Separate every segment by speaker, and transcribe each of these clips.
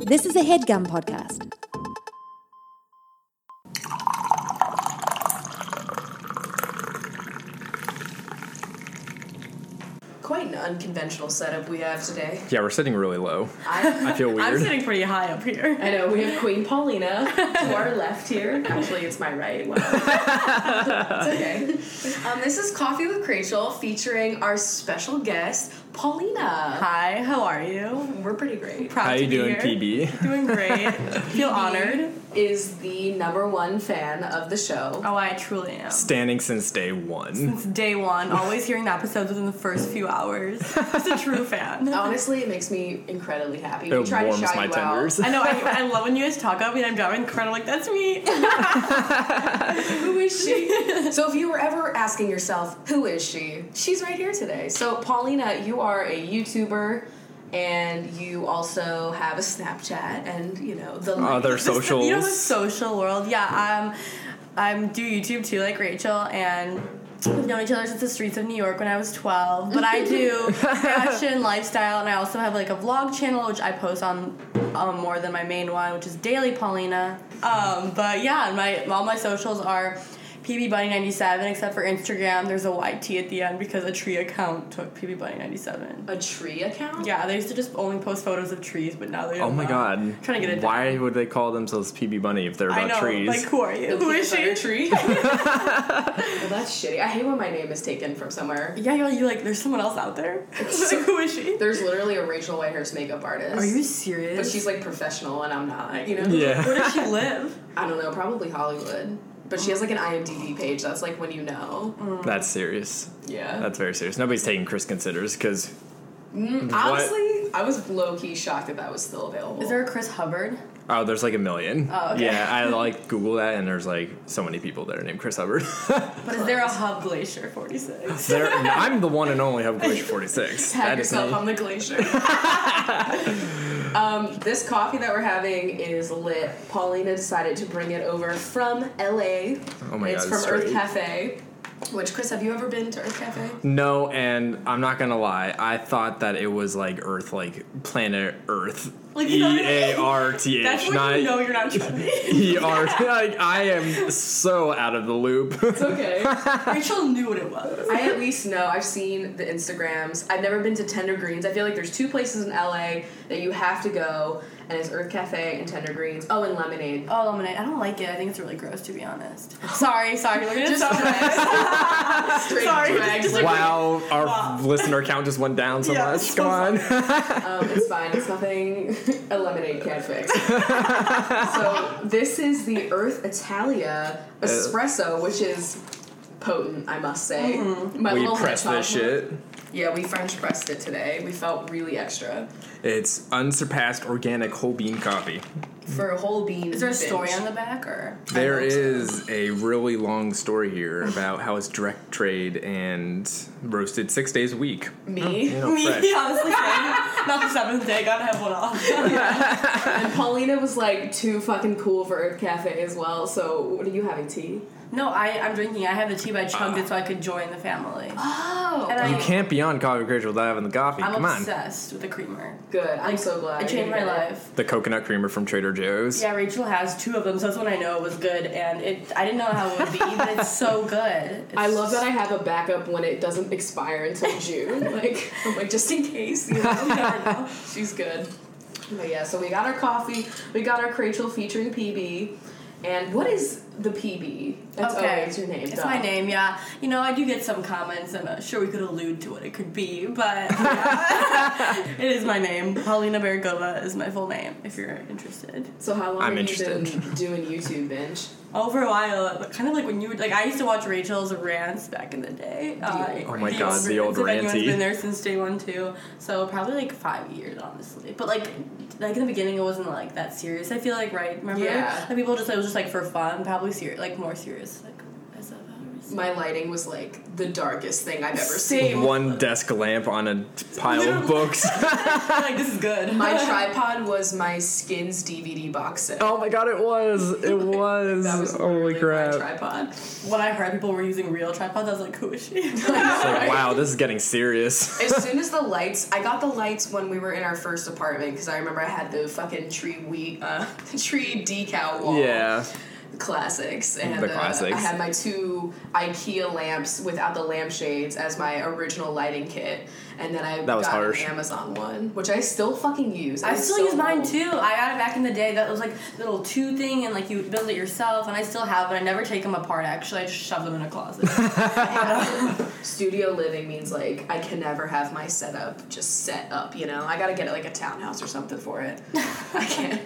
Speaker 1: This is a headgum podcast.
Speaker 2: Quite an unconventional setup we have today.
Speaker 3: Yeah, we're sitting really low.
Speaker 2: I,
Speaker 3: I feel
Speaker 4: I'm
Speaker 3: weird.
Speaker 4: sitting pretty high up here.
Speaker 2: I know we have Queen Paulina to our left here. Actually, it's my right. Wow. it's okay. Um, this is Coffee with Rachel featuring our special guest Paulina.
Speaker 4: Hi, how are you?
Speaker 2: We're pretty great.
Speaker 4: Proud
Speaker 3: How
Speaker 4: to
Speaker 3: you
Speaker 4: be
Speaker 3: doing,
Speaker 4: here.
Speaker 3: PB?
Speaker 4: Doing great. Feel honored.
Speaker 2: Is the number one fan of the show.
Speaker 4: Oh, I truly am.
Speaker 3: Standing since day one.
Speaker 4: Since day one, always hearing the episodes within the first few hours. Just a true fan.
Speaker 2: Honestly, it makes me incredibly happy.
Speaker 3: It warms my tenders.
Speaker 4: I know. I, I love when you guys talk about me and I'm driving in the car. and I'm like, that's me.
Speaker 2: Who is she? so if you were ever asking yourself, who is she? She's right here today. So Paulina, you are a YouTuber and you also have a Snapchat and, you know, the
Speaker 3: Other
Speaker 4: You know the
Speaker 3: socials.
Speaker 4: social world. Yeah. Um, I'm do YouTube too, like Rachel, and we've known each other since the streets of New York when I was 12. But I do fashion, lifestyle, and I also have like a vlog channel which I post on um, more than my main one, which is Daily Paulina. Um, but yeah, my all my socials are. PB Bunny 97 except for Instagram there's a YT at the end because a tree account took PB Bunny 97.
Speaker 2: a tree account?
Speaker 4: Yeah, they used to just only post photos of trees but now they
Speaker 3: Oh my god.
Speaker 4: Trying to get it down.
Speaker 3: Why would they call themselves PB Bunny if they're
Speaker 4: I
Speaker 3: about
Speaker 4: know
Speaker 3: trees?
Speaker 4: like who are you?
Speaker 2: The
Speaker 4: Who is
Speaker 2: peanut
Speaker 4: she?
Speaker 2: butter tree? well, that's shitty. I hate when my name is taken from somewhere.
Speaker 4: Yeah, you're, you're like, there's someone else out there. like, who is she?
Speaker 2: There's literally a Rachel Whitehurst makeup artist.
Speaker 4: Are you serious?
Speaker 2: But she's like professional and I'm not, you know?
Speaker 4: Where
Speaker 3: yeah.
Speaker 4: does she live?
Speaker 2: I don't know, probably Hollywood. But she has like an IMDb page. That's like when you know.
Speaker 4: Mm.
Speaker 3: That's serious.
Speaker 2: Yeah.
Speaker 3: That's very serious. Nobody's taking Chris Considers because
Speaker 2: Honestly, I was low key shocked that that was still available.
Speaker 4: Is there a Chris Hubbard?
Speaker 3: oh, there's like a million.
Speaker 4: Oh, okay.
Speaker 3: Yeah, I like Google that and there's like so many people that are named Chris Hubbard.
Speaker 4: But is there a Hub Glacier 46?
Speaker 3: There- I'm the one and only Hub Glacier 46.
Speaker 2: Pat
Speaker 3: That is
Speaker 2: yourself
Speaker 3: me.
Speaker 2: on the glacier. um, this coffee that we're having is lit. Paulina decided to bring it over from LA.
Speaker 3: Oh my
Speaker 2: it's
Speaker 3: God,
Speaker 2: from
Speaker 3: it's
Speaker 2: Earth
Speaker 3: great.
Speaker 2: Cafe. Which Chris, have you ever been to Earth Cafe?
Speaker 3: No, and I'm not gonna lie. I thought that it was like Earth, like planet Earth.
Speaker 4: Like,
Speaker 3: E
Speaker 4: you know what I mean?
Speaker 3: A R T
Speaker 4: That's
Speaker 3: H,
Speaker 4: when
Speaker 3: not
Speaker 4: you know you're not trendy.
Speaker 3: E R. Like I am so out of the loop.
Speaker 2: It's okay.
Speaker 4: Rachel knew what it was.
Speaker 2: I at least know. I've seen the Instagrams. I've never been to Tender Greens. I feel like there's two places in LA that you have to go, and it's Earth Cafe and Tender Greens. Oh, and Lemonade.
Speaker 4: Oh, lemonade. I don't like it. I think it's really gross, to be honest. Sorry, sorry. We're gonna
Speaker 2: Just
Speaker 4: stop that.
Speaker 2: Straight
Speaker 4: Sorry,
Speaker 2: drags.
Speaker 4: just like-
Speaker 3: Wow, our
Speaker 4: Wow.
Speaker 3: listener count just went down so
Speaker 4: Yeah,
Speaker 3: much.
Speaker 4: so
Speaker 3: Come on.
Speaker 2: Um, it's fine. It's nothing a lemonade can't fix. so this is the Earth Italia espresso, which is potent, I must say. My
Speaker 3: we
Speaker 2: little
Speaker 3: press
Speaker 2: hedgehog-
Speaker 3: this shit.
Speaker 2: Yeah, we French pressed it today. We felt really extra
Speaker 3: It's unsurpassed organic whole bean coffee.
Speaker 2: for a whole bean.
Speaker 4: Is there a story on the back, or?
Speaker 3: There is a really long story here about how it's direct trade and roasted six days a week.
Speaker 2: me?
Speaker 3: You know,
Speaker 4: Me,
Speaker 3: fresh.
Speaker 4: honestly, same. not the seventh day. Gotta have one off.
Speaker 2: And Paulina was like too fucking cool for Earth Cafe as well. So what are you having tea?
Speaker 4: no, I, I'm drinking. I have the tea, but I chugged
Speaker 3: Ah.
Speaker 4: it so I could join the family.
Speaker 2: Oh,
Speaker 4: And I-
Speaker 3: You can't be on coffee creature without having the coffee.
Speaker 4: I'm
Speaker 3: Come on.
Speaker 4: obsessed with the creamer.
Speaker 2: good. I'm so glad.
Speaker 4: It
Speaker 2: I did
Speaker 4: changed my
Speaker 2: it.
Speaker 4: life.
Speaker 3: The coconut creamer from Trader Joe's.
Speaker 4: Yeah, Rachel has two of them, so that's when I know it was good. And it, I didn't know how it would be, but it's so good. It's
Speaker 2: I love that I have a backup when it doesn't expire until June. like, I'm like, just in case, you know, you never know. She's good. But yeah, so we got our coffee, we got our Crachel featuring PB. And what is the PB? That's
Speaker 4: okay.
Speaker 2: always your name.
Speaker 4: It's
Speaker 2: duh.
Speaker 4: my name. Yeah, you know I do get some comments, and uh, sure we could allude to what it could be, but it is my name. Paulina Bergova is my full name. If you're interested,
Speaker 2: So how long
Speaker 3: I'm
Speaker 2: have you been
Speaker 3: interested.
Speaker 2: doing YouTube binge?
Speaker 4: oh, for a while, but kind of like when you were like I used to watch Rachel's rants back in the day. Uh,
Speaker 2: old
Speaker 3: Oh my God, the old
Speaker 4: if anyone's
Speaker 3: ranty.
Speaker 4: been there since day one too, so probably like five years honestly. But like, like in the beginning, it wasn't like that serious. I feel like right, remember?
Speaker 2: Yeah.
Speaker 4: Like people just it was just like for fun, probably serious, like more serious, like. as a virus.
Speaker 2: my lighting was like the darkest thing I've ever seen.
Speaker 3: One desk lamp on a t- pile of
Speaker 2: Literally.
Speaker 3: books.
Speaker 4: like this is good.
Speaker 2: My tripod was my Skins DVD box set.
Speaker 3: oh my god, it was. It was.
Speaker 2: That was
Speaker 3: Holy
Speaker 2: literally
Speaker 3: crap.
Speaker 2: My tripod.
Speaker 4: when I heard people were using real tripods, I was like, who is she?
Speaker 3: It's like, wow, this is getting serious.
Speaker 2: As soon as the lights, I got the lights when we were in our first apartment because I remember I had the fucking tree we uh tree decal wall.
Speaker 3: Yeah.
Speaker 2: classics and
Speaker 3: The
Speaker 2: uh,
Speaker 3: classics.
Speaker 2: I had my two IKEA lamps without the lampshades as my original lighting kit, and then I
Speaker 3: That was
Speaker 2: got
Speaker 3: harsh.
Speaker 2: an Amazon one, which I still fucking use.
Speaker 4: I
Speaker 2: I'm
Speaker 4: still
Speaker 2: so
Speaker 4: use mine
Speaker 2: old.
Speaker 4: too. I got it back in the day. That was like the little two thing, and like you build it yourself. And I still have it. I never take them apart. Actually, I just shove them in a closet.
Speaker 2: Studio living means like I can never have my setup just set up. You know, I gotta get like a townhouse or something for it. I can't.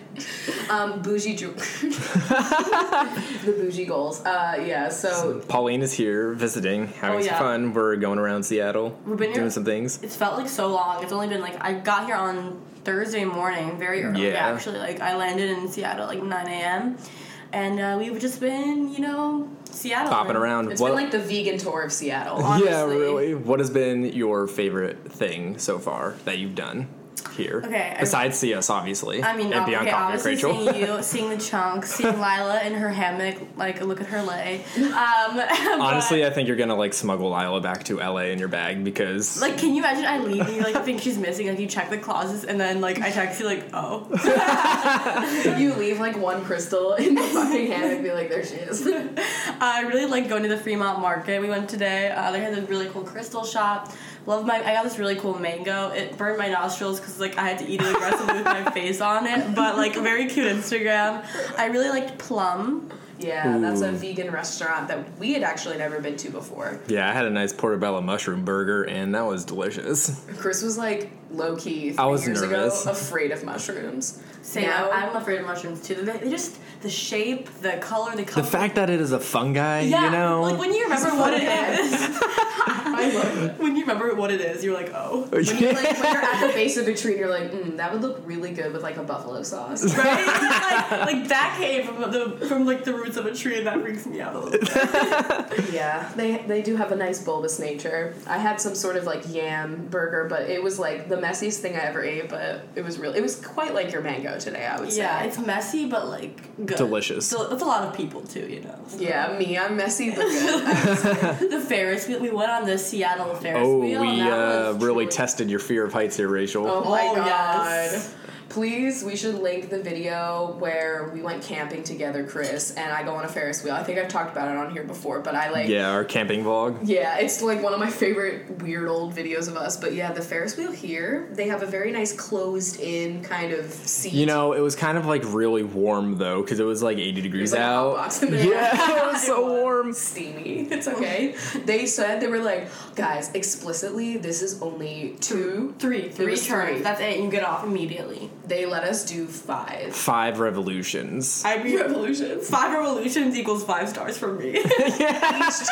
Speaker 2: Um, bougie drew the bougie goals. Uh, yeah. So
Speaker 3: Pauline is here visiting, having
Speaker 4: Oh,
Speaker 3: some
Speaker 4: yeah.
Speaker 3: fun. We're going around Seattle,
Speaker 4: We've been
Speaker 3: doing
Speaker 4: here-
Speaker 3: some things.
Speaker 4: it's felt like so long. It's only been like I got here on Thursday morning, very early
Speaker 3: Yeah.
Speaker 4: actually. Like I landed in Seattle at like nine a.m. and uh, we've just been, you know, Seattle
Speaker 3: Popping around.
Speaker 2: it's
Speaker 3: What-
Speaker 2: been like the vegan tour of Seattle.
Speaker 3: Yeah,
Speaker 2: honestly.
Speaker 3: really. What has been your favorite thing so far that you've done here?
Speaker 4: Okay, I-
Speaker 3: Besides CS, obviously.
Speaker 4: I mean,
Speaker 3: and
Speaker 4: ob-
Speaker 3: Beyond
Speaker 4: okay,
Speaker 3: Comic,
Speaker 4: obviously
Speaker 3: Rachel.
Speaker 4: seeing you, seeing the chunks, seeing Lila in her hammock, like look at her lay. Um,
Speaker 3: Honestly, I think you're gonna like smuggle Lila back to LA in your bag because
Speaker 4: Like, can you imagine I leave and you like think she's missing? Like, you check the closets and then like I text you like, oh,
Speaker 2: You leave like one crystal in the fucking hand and be like, there she is.
Speaker 4: Uh, I really like going to the Fremont Market. We went today. Uh, they had a really cool crystal shop. Love my. I got this really cool mango. It burned my nostrils because like I had to eat it aggressively with my face on it. But like very cute Instagram. I really liked plum.
Speaker 2: Yeah, that's a vegan restaurant that we had actually never been to before.
Speaker 3: yeah, I had a nice portobello mushroom burger and that was delicious.
Speaker 2: Chris was like low key three
Speaker 3: I was
Speaker 2: years
Speaker 3: nervous.
Speaker 2: ago afraid of mushrooms.
Speaker 4: Same.
Speaker 2: Now-
Speaker 4: I'm afraid of mushrooms too. They, they just the shape, the color, the
Speaker 3: The
Speaker 4: color.
Speaker 3: fact that it is a fungi,
Speaker 4: yeah,
Speaker 3: you know.
Speaker 4: like when you remember what it
Speaker 2: fungi.
Speaker 4: is,
Speaker 2: I love it.
Speaker 4: when you remember what it is, you're like, oh,
Speaker 2: When, you, like, when you're at the base of a tree and you're like, mm, that would look really good with like a buffalo sauce.
Speaker 4: right? like, like that came from the from like the roots of a tree, and that freaks me out a little. bit.
Speaker 2: yeah, they they do have a nice bulbous nature. I had some sort of like yam burger, but it was like the messiest thing I ever ate. But it was really, it was quite like your mango today. I would
Speaker 4: Yeah,
Speaker 2: say.
Speaker 4: it's messy, but like good.
Speaker 3: Delicious.
Speaker 4: Del- It's a lot of people too, you know.
Speaker 2: yeah, me, I'm messy but good.
Speaker 4: the Ferris wheel. We went on the Seattle Ferris
Speaker 3: oh,
Speaker 4: wheel. and
Speaker 3: we
Speaker 4: that
Speaker 3: uh,
Speaker 4: was
Speaker 3: really
Speaker 4: truly-
Speaker 3: tested your fear of heights here, Rachel.
Speaker 2: Oh my
Speaker 4: Oh,
Speaker 2: god.
Speaker 4: yes.
Speaker 2: Please, we should link the video where we went camping together, Chris, and I go on a Ferris wheel. I think I've talked about it on here before, but I like
Speaker 3: Yeah, our camping vlog.
Speaker 2: Yeah, it's like one of my favorite weird old videos of us. But yeah, the Ferris wheel here, they have a very nice closed in kind of seat.
Speaker 3: You know, it was kind of like really warm though, because it was like 80 degrees
Speaker 2: There's, like, a hot
Speaker 3: out.
Speaker 2: box in there.
Speaker 3: yeah, it was so warm.
Speaker 2: steamy. It's okay. they said they were like, guys, explicitly, this is only two.
Speaker 4: Three, three
Speaker 2: was
Speaker 4: turns.
Speaker 2: three.
Speaker 4: That's it. You get off immediately.
Speaker 2: They let us do five.
Speaker 3: Five revolutions.
Speaker 4: I mean,
Speaker 2: Revolutions.
Speaker 4: five revolutions equals five stars for me.
Speaker 2: each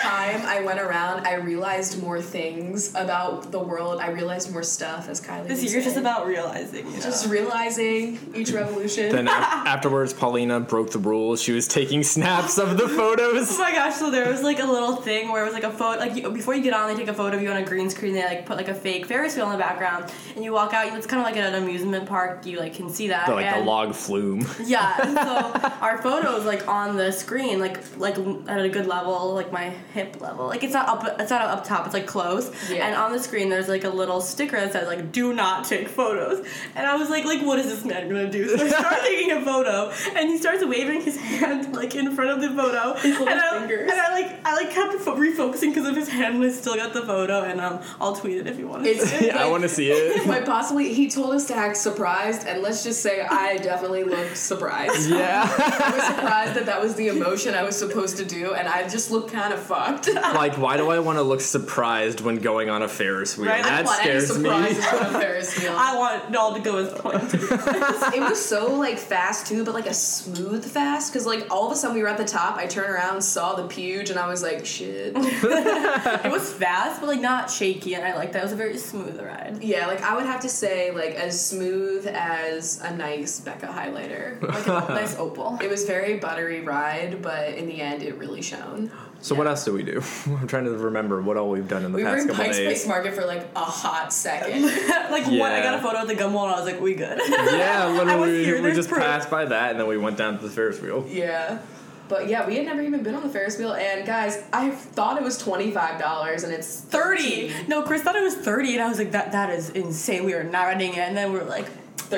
Speaker 2: time I went around, I realized more things about the world. I realized more stuff, as Kylie.
Speaker 4: this
Speaker 2: would
Speaker 4: year's just
Speaker 2: say.
Speaker 4: about realizing. You know?
Speaker 2: just realizing each revolution.
Speaker 3: Then af- afterwards, Paulina broke the rules. She was taking snaps of the
Speaker 4: Oh
Speaker 3: photos.
Speaker 4: my gosh! So there was like a little thing where it was like a photo, like you, before you get on, they take a photo of you on a green screen. They like put like a fake Ferris wheel in the background, and you walk out. It's kind of like at an amusement park. You like can see that.
Speaker 3: The, like the
Speaker 4: and-
Speaker 3: log flume.
Speaker 4: Yeah. and So our photos like on the screen, like like at a good level, like my hip level. Like it's not up, it's not up top. It's like close.
Speaker 2: Yeah.
Speaker 4: And on the screen, there's like a little sticker that says like "Do not take photos." And I was like, like what is this man gonna do? So I start taking a photo, and he starts waving his hand like in front of the photo,
Speaker 2: little
Speaker 4: and I,
Speaker 2: fingers.
Speaker 4: and I like I like kept fo- refocusing because of his hand was still got the photo, and um, I'll tweet it if you want.
Speaker 2: It's-
Speaker 3: Yeah, I want to see it.
Speaker 2: Quite possibly, he told us to act surprised, and let's just say I definitely looked surprised.
Speaker 3: Yeah.
Speaker 2: I was surprised that that was the emotion I was supposed to do, and I just looked kind of fucked.
Speaker 3: like, why do I want to look surprised when going on a Ferris wheel?
Speaker 4: Right, I
Speaker 3: that
Speaker 2: Not any
Speaker 3: scares me.
Speaker 2: surprises on a Ferris wheel.
Speaker 4: I want it all to go as pointed.
Speaker 2: it was so like fast too, but like a smooth fast. Cause like all of a sudden we were at the top. I turned around, saw the puge, and I was like, shit.
Speaker 4: It was fast, but like not shaky, and I liked that. It was a very smooth ride.
Speaker 2: yeah, like I would have to say like as smooth was a nice Becca highlighter.
Speaker 4: Like a nice opal.
Speaker 2: It was very buttery ride, but in the end, it really shone.
Speaker 3: So what else do we do? I'm trying to remember what all we've done in the
Speaker 2: We were
Speaker 3: past
Speaker 2: in
Speaker 3: couple
Speaker 2: Pike's
Speaker 3: days.
Speaker 2: Place Market for like a hot second.
Speaker 4: like what? I
Speaker 3: Yeah.
Speaker 4: got a photo of the gum wall and I was like, we good.
Speaker 3: Yeah,
Speaker 4: I was
Speaker 3: literally,
Speaker 4: here,
Speaker 3: we, we
Speaker 4: there's
Speaker 3: just
Speaker 4: proof.
Speaker 3: passed by that, and then we went down to the Ferris wheel.
Speaker 2: yeah. But yeah, we had never even been on the Ferris wheel, and guys, I thought it was twenty five dollars, and it's
Speaker 4: Thirty. No, Chris thought it was thirty, and I was like, that that is insane. We are not running it, and then we are like,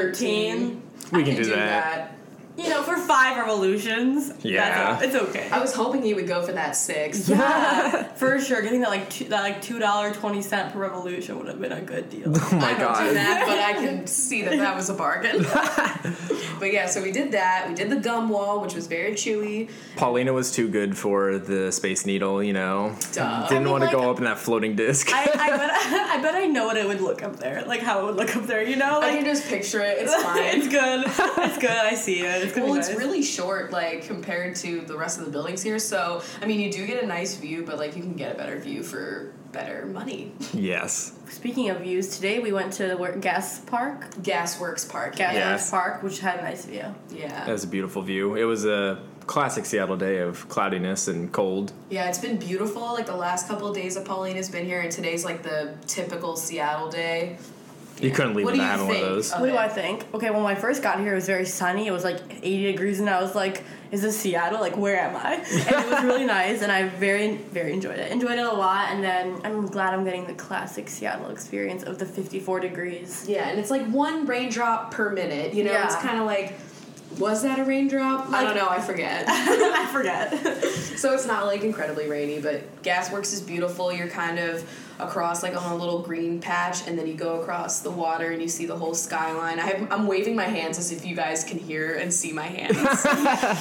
Speaker 2: thirteen.
Speaker 3: We
Speaker 2: I
Speaker 3: can do
Speaker 2: that.
Speaker 3: that.
Speaker 4: you know, for five revolutions.
Speaker 3: Yeah.
Speaker 4: that's, it's okay.
Speaker 2: I was hoping he would go for that six.
Speaker 4: Yeah, for sure. Getting that like two, that like two dollar twenty cent per revolution would have been a good deal.
Speaker 3: Oh my
Speaker 2: I don't
Speaker 3: god.
Speaker 2: do that, but I can see that that was a bargain. but yeah, so we did that. We did the gum wall, which was very chewy.
Speaker 3: Paulina was too good for the Space Needle, you know.
Speaker 2: Duh.
Speaker 3: Didn't
Speaker 4: I mean,
Speaker 3: want to
Speaker 4: like-
Speaker 3: go up in that floating disc.
Speaker 4: I, I bet I, bet I know what it would look up there, like how it would look up there. You know,
Speaker 2: I
Speaker 4: like
Speaker 2: can just picture it. It's fine.
Speaker 4: it's good. It's good. I see it. It's gonna
Speaker 2: Well,
Speaker 4: be
Speaker 2: it's
Speaker 4: nice.
Speaker 2: really short, like compared to the rest of the buildings here. So, I mean, you do get a nice view, but like you can get a better view for better money.
Speaker 3: yes.
Speaker 4: Speaking of views, today we went to the wor- Gas Park,
Speaker 2: Gasworks Park.
Speaker 4: Gas
Speaker 3: Yes.
Speaker 4: Park, which had a nice view.
Speaker 3: That
Speaker 2: yeah,
Speaker 3: was a beautiful view. It was a classic Seattle day of cloudiness and cold.
Speaker 2: yeah. It's been beautiful. Like the last couple of days that Paulina's been here, and today's like the typical Seattle day.
Speaker 3: You couldn't leave
Speaker 2: What do
Speaker 3: without
Speaker 2: you
Speaker 3: having one
Speaker 2: think
Speaker 3: of those.
Speaker 2: of-
Speaker 4: What do I think? Okay, when I first got here, it was very sunny. It was like 80 degrees, and I was like, "Is this Seattle? Like, where am I?" And it was really nice, and I very, very enjoyed it. Enjoyed it a lot, and then I'm glad I'm getting the classic Seattle experience of the 54 degrees.
Speaker 2: Yeah, and it's like one raindrop per minute. You know,
Speaker 4: Yeah.
Speaker 2: it's kind of like, was that a raindrop? I
Speaker 4: Like-
Speaker 2: don't know. I forget.
Speaker 4: I forget.
Speaker 2: So it's not like incredibly rainy, but Gasworks is beautiful. You're kind of across like on a little green patch, and then you go across the water and you see the whole skyline. I have, I'm waving my hands as if you guys can hear and see my hands.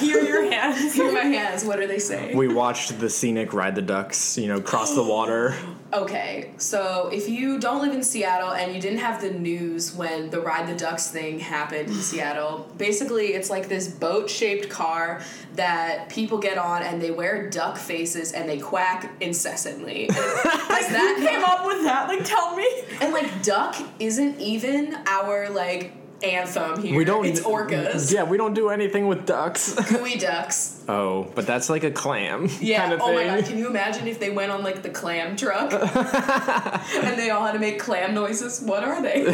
Speaker 4: Hear your hands.
Speaker 2: hear my hands. What are they saying?
Speaker 3: We watched the scenic ride the ducks, you know, cross the water.
Speaker 2: Okay, so if you don't live in Seattle and you didn't have the news when the Ride the Ducks thing happened in Seattle, basically it's like this boat shaped car that people get on and they wear duck faces and they quack incessantly. And does that
Speaker 4: Who came up with that? Like, tell me.
Speaker 2: And like duck isn't even our like anthem here.
Speaker 3: We don't. e-,
Speaker 2: It's orcas.
Speaker 3: Yeah, we don't do anything with ducks.
Speaker 2: Gooey ducks.
Speaker 3: oh, but that's like a clam
Speaker 2: Yeah.
Speaker 3: kind of
Speaker 2: oh
Speaker 3: thing.
Speaker 2: my god. Can you imagine if they went on like the clam truck and they all had to make clam noises? What are they?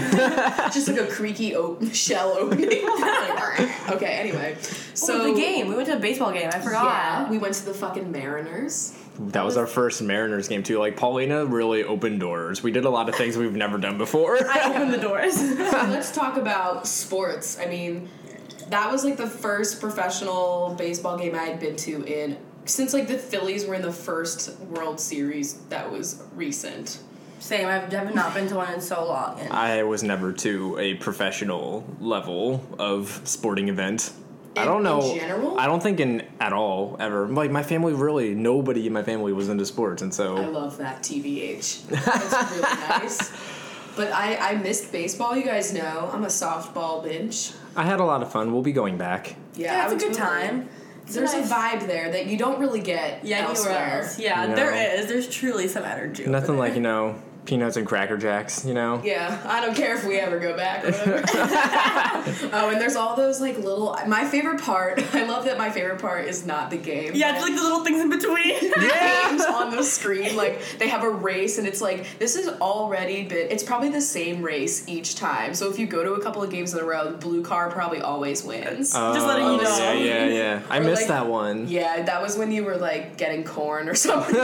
Speaker 2: Just like a creaky op- shell opening. Like, okay. Anyway. So
Speaker 4: So the game. We went to a baseball game. I forgot.
Speaker 2: Yeah. We went to the fucking Mariners.
Speaker 3: That was our first Mariners game too. Like Paulina really opened doors. We did a lot of things we've never done before.
Speaker 4: I opened the doors.
Speaker 2: So let's talk about sports. I mean, that was like the first professional baseball game I had been to in since like the Phillies were in the first World Series that was recent.
Speaker 4: Same. I've have not been to one in so long. And
Speaker 3: I was never to a professional level of sporting event. I
Speaker 2: In-
Speaker 3: don't know.
Speaker 2: in general?
Speaker 3: I don't think in at all ever. Like my family really nobody in my family was into sports and
Speaker 2: I
Speaker 3: so
Speaker 2: love that TBH. That's really nice. But I, I missed baseball, you guys know. I'm a softball bitch.
Speaker 3: I, had a lot of fun. We'll be going back.
Speaker 4: Yeah,
Speaker 2: I
Speaker 4: it's a
Speaker 2: would
Speaker 4: good
Speaker 2: totally-
Speaker 4: time. It's
Speaker 2: There's a
Speaker 4: nice-
Speaker 2: vibe there that you don't really get
Speaker 4: Yeah, anywhere
Speaker 2: elsewhere.
Speaker 4: else. Yeah,
Speaker 3: No.
Speaker 4: there is. There's truly some energy. over
Speaker 3: Nothing
Speaker 4: there.
Speaker 3: like, you know, peanuts and cracker jacks, you know.
Speaker 2: Yeah, I don't care if we ever go back. Or whatever. oh, and there's all those like little. My favorite part. I love that my favorite part is not the game.
Speaker 4: Yeah, it's like the little things in between.
Speaker 2: The games on the screen. Like they have a race, and it's like this is already been. It's probably the same race each time. So if you go to a couple of games in a row, the blue car probably always wins.
Speaker 4: Just letting you
Speaker 3: Oh,
Speaker 4: know.
Speaker 3: Yeah, yeah, yeah. I
Speaker 2: Or,
Speaker 3: missed
Speaker 2: like-
Speaker 3: that one.
Speaker 2: yeah, that was when you were like getting corn or something.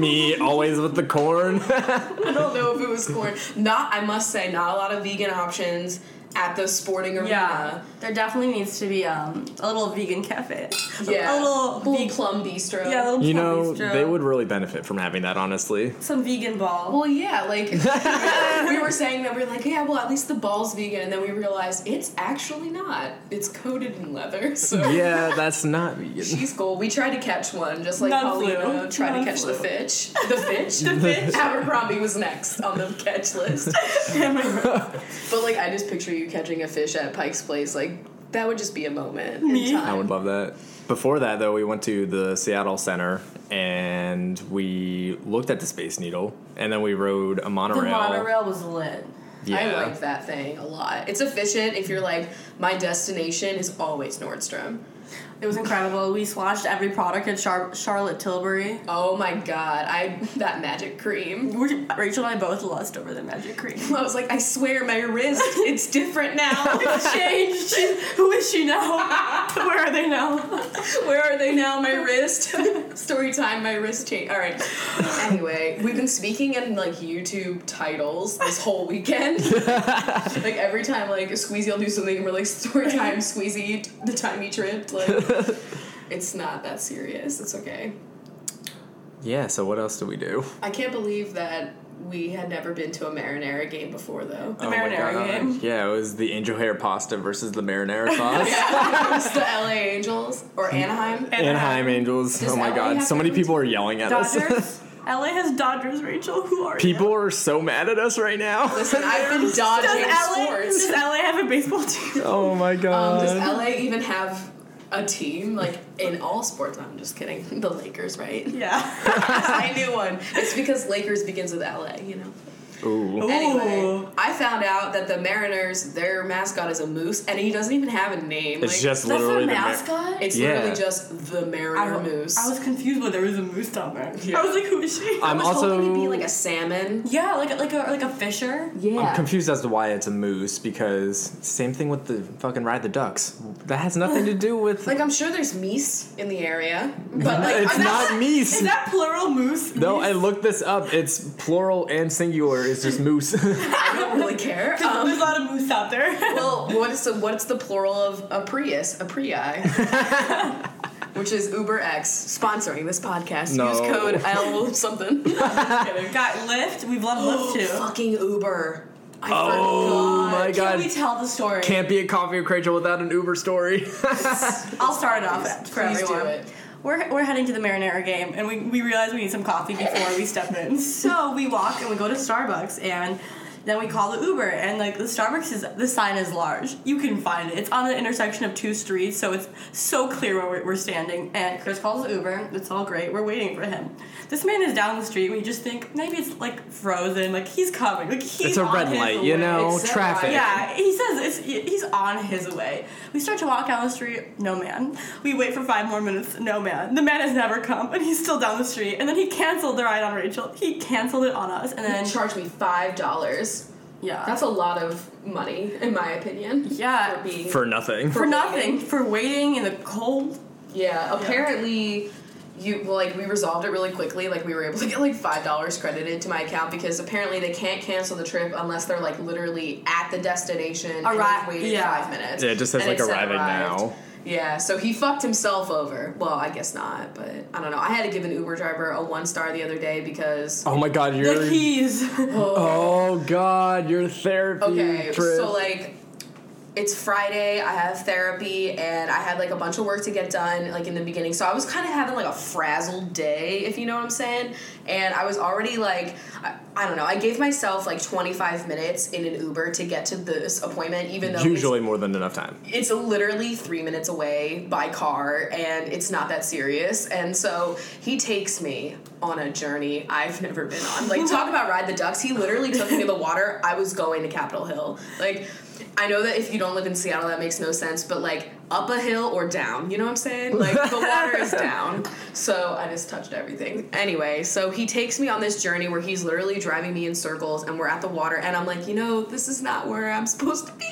Speaker 3: Me always with the corn.
Speaker 2: I don't know if it was corn. Not, I must say, not a lot of vegan options at the sporting arena.
Speaker 4: Yeah, there definitely needs to be um, a little vegan cafe.
Speaker 2: Yeah.
Speaker 4: a little,
Speaker 2: Little
Speaker 4: vegan.
Speaker 2: plum bistro.
Speaker 4: yeah, a little.
Speaker 3: you
Speaker 4: plum
Speaker 3: know,
Speaker 4: bistro.
Speaker 3: they would really benefit from having that honestly.
Speaker 4: some vegan ball.
Speaker 2: Well, yeah, like we were saying that we are like, yeah, well, at least the ball's vegan, and then we realized it's actually not. It's coated in leather, so
Speaker 3: Yeah, that's not vegan.
Speaker 2: she's cool. We tried to catch one, just like
Speaker 4: Non-flu.
Speaker 2: Paulina tried to catch the
Speaker 4: Non-flu.
Speaker 2: fish. The fish,
Speaker 4: The fish.
Speaker 2: Abercrombie was next on the catch list, but like I just picture you catching a fish at Pike's Place, like that would just be a moment. in
Speaker 4: Me?
Speaker 2: time.
Speaker 3: I would love that. Before that, though, we went to the Seattle Center and we looked at the Space Needle, and then we rode a
Speaker 4: the
Speaker 3: monorail.
Speaker 4: monorail was lit.
Speaker 2: I
Speaker 3: Yeah.
Speaker 2: like that thing a lot. It's efficient if you're like, my destination is always Nordstrom.
Speaker 4: It was incredible. We swatched every product at Char- Charlotte Tilbury.
Speaker 2: Oh my god, I that magic cream.
Speaker 4: We- Rachel and I both lust over the magic cream.
Speaker 2: I was like, I swear my wrist, it's different now.
Speaker 4: Changed. Who is she now? Where are they now?
Speaker 2: Where are they now? My wrist. Story time. My wrist change. All right. Anyway, we've been speaking in like YouTube titles this whole weekend. like every time, like Squeezy will do something, and we're like story time. Squeezy, the time he tripped. Like it's not that serious. It's okay.
Speaker 3: Yeah, so what else do we do?
Speaker 2: I can't believe that we had never been to a marinara game before, though.
Speaker 3: Oh
Speaker 4: The marinara game.
Speaker 3: Yeah, it was the angel hair pasta versus the marinara sauce.
Speaker 2: Yeah, it was the LA Angels or Anaheim.
Speaker 3: Anaheim Angels.
Speaker 2: Does
Speaker 3: oh my
Speaker 2: LA
Speaker 3: god,
Speaker 2: have
Speaker 3: so many
Speaker 2: their own
Speaker 3: people are yelling at us.
Speaker 4: Dodgers. LA has Dodgers, Rachel. Who are
Speaker 3: people are so mad at us right now.
Speaker 2: Listen, I've been
Speaker 4: you? Does
Speaker 2: dodging
Speaker 4: LA,
Speaker 2: sports.
Speaker 4: does LA have a baseball team?
Speaker 3: oh my
Speaker 2: Um,
Speaker 3: god.
Speaker 2: does LA even have a team like in all sports? I'm just kidding. The Lakers, right?
Speaker 4: Yeah.
Speaker 2: I knew one. It's because Lakers begins with LA, you know.
Speaker 3: Ooh.
Speaker 2: Anyway,
Speaker 4: Ooh.
Speaker 2: I found out that the Mariners, their mascot is a moose, and he doesn't even have a name.
Speaker 3: It's
Speaker 2: like,
Speaker 3: just
Speaker 4: That's
Speaker 3: literally
Speaker 4: a
Speaker 3: the Mar-
Speaker 4: mascot?
Speaker 2: It's
Speaker 3: Yeah.
Speaker 2: literally just the Mariner moose.
Speaker 4: I was confused when there was a moose down there.
Speaker 2: Yeah.
Speaker 4: I was like, who is she?
Speaker 3: I'm
Speaker 2: I was
Speaker 3: also
Speaker 2: hoping he'd be like a salmon.
Speaker 4: yeah, like a- like a like a fisher.
Speaker 2: Yeah.
Speaker 3: I'm confused as to why it's a moose because same thing with the fucking ride the ducks. That has nothing to do with.
Speaker 2: Like I'm sure there's meese in the area, but like
Speaker 3: it's
Speaker 2: I'm
Speaker 3: not
Speaker 4: Is
Speaker 3: meese.
Speaker 4: that plural moose?
Speaker 3: no,
Speaker 4: Moose?
Speaker 3: I looked this up. It's plural and singular. It's just moose.
Speaker 2: I don't really care.
Speaker 4: There's, there's a lot of moose out there.
Speaker 2: Well, what's the what's the plural of a Prius? A Prii. Which is UberX sponsoring this podcast.
Speaker 3: No.
Speaker 2: Use code L something. I'm kidding.
Speaker 4: Got Lyft. We've loved Lyft too.
Speaker 2: Fucking Uber. I
Speaker 3: oh
Speaker 2: forgot.
Speaker 3: my
Speaker 4: Can we
Speaker 3: god.
Speaker 4: tell the story?
Speaker 3: Can't be a coffee with Rachel without an Uber story.
Speaker 4: I'll start it off
Speaker 2: Please-
Speaker 4: for
Speaker 2: please do
Speaker 4: everyone.
Speaker 2: it.
Speaker 4: We're, we're heading to the Marinara game, and we, we realize we need some coffee before we step in. So we walk and we go to Starbucks, and then we call the Uber. And like the Starbucks is the sign is large. You can find it. It's on the intersection of two streets, so it's so clear where we're- we're standing. And Chris calls the Uber. It's all great. We're waiting for him. This man is down the street. We just think maybe it's like frozen. Like he's coming. Like he's
Speaker 3: it's a
Speaker 4: on
Speaker 3: red
Speaker 4: his
Speaker 3: light, you
Speaker 4: way.
Speaker 3: know,
Speaker 2: Except
Speaker 3: traffic.
Speaker 2: I-
Speaker 4: Uh, Yeah, he says it's, he's on his way. We start to walk down the street, no man. We wait for five more minutes, no man. The man has never come, and he's still down the street. And then he canceled the ride on Rachel. He canceled it on us, and then
Speaker 2: And charge me five dollars.
Speaker 4: yeah,
Speaker 2: That's a lot of money, in my opinion.
Speaker 4: Yeah.
Speaker 2: For being
Speaker 3: For nothing.
Speaker 4: for nothing, for waiting in the cold.
Speaker 2: Yeah, apparently you well, like we resolved it really quickly. Like we were able to get like five dollars credited to my account because apparently they can't cancel the trip unless they're like literally at the destination and
Speaker 4: Arri-
Speaker 2: have waited
Speaker 4: yeah.
Speaker 2: five minutes.
Speaker 3: Yeah, it just says,
Speaker 2: And
Speaker 3: like,
Speaker 2: said
Speaker 3: arriving
Speaker 2: arrived.
Speaker 3: now.
Speaker 2: Yeah, so he fucked himself over. Well, I guess not, but I don't know. I had to give an Uber driver a one star the other day because
Speaker 3: oh my god, you're.
Speaker 4: The keys.
Speaker 3: Oh god, your therapy
Speaker 2: Okay,
Speaker 3: trip.
Speaker 2: so like it's Friday, I have therapy and I had like a bunch of work to get done like in the beginning. So I was kind of having like a frazzled day, if you know what I'm saying. And I was already like I, I don't know, I gave myself like 25 minutes in an Uber to get to this appointment even though it's-
Speaker 3: Usually more than enough time.
Speaker 2: it's literally three minutes away by car and it's not that serious and so he takes me on a journey i've never been on like talk about ride the ducks he literally took me to the water i was going to capitol hill like i know that if you don't live in seattle that makes no sense but like up a hill or down you know what i'm saying like the water is down so i just touched everything anyway so he takes me on this journey where he's literally driving me in circles and we're at the water and i'm like you know this is not where i'm supposed to be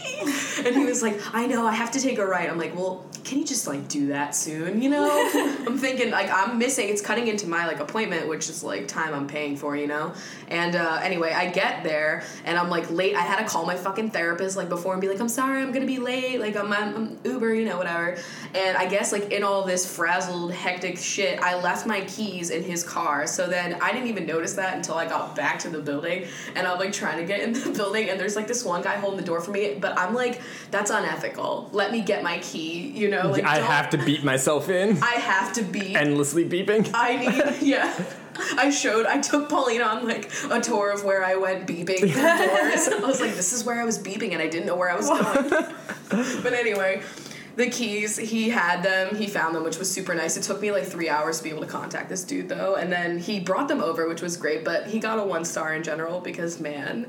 Speaker 2: and he was like, I know, I have to take a right. I'm like, well, can you just like do that soon? You know? I'm thinking like I'm missing. It's cutting into my like appointment, which is like time I'm paying for, you know. And uh, anyway, I get there and I'm like late. I had to call my fucking therapist like before and be like, I'm sorry, I'm gonna be late. Like I'm, I'm, I'm Uber, you know, whatever. And I guess like in all this frazzled, hectic shit, I left my keys in his car. So then I didn't even notice that until I got back to the building and I'm like trying to get in the building and there's like this one guy holding the door for me, but I'm like, that's unethical. Let me get my key, you know? Like,
Speaker 3: I
Speaker 2: don't-
Speaker 3: have to beat myself in.
Speaker 2: I have to be.
Speaker 3: endlessly beeping.
Speaker 2: I need. Yeah. I showed. I took Paulina on like a tour of where I went beeping through doors. I was like, this is where I was beeping, and I didn't know where I was going. but anyway. The keys, he had them, he found them, which was super nice. It took me like three hours to be able to contact this dude though, and then he brought them over, which was great, but he got a one star in general because man,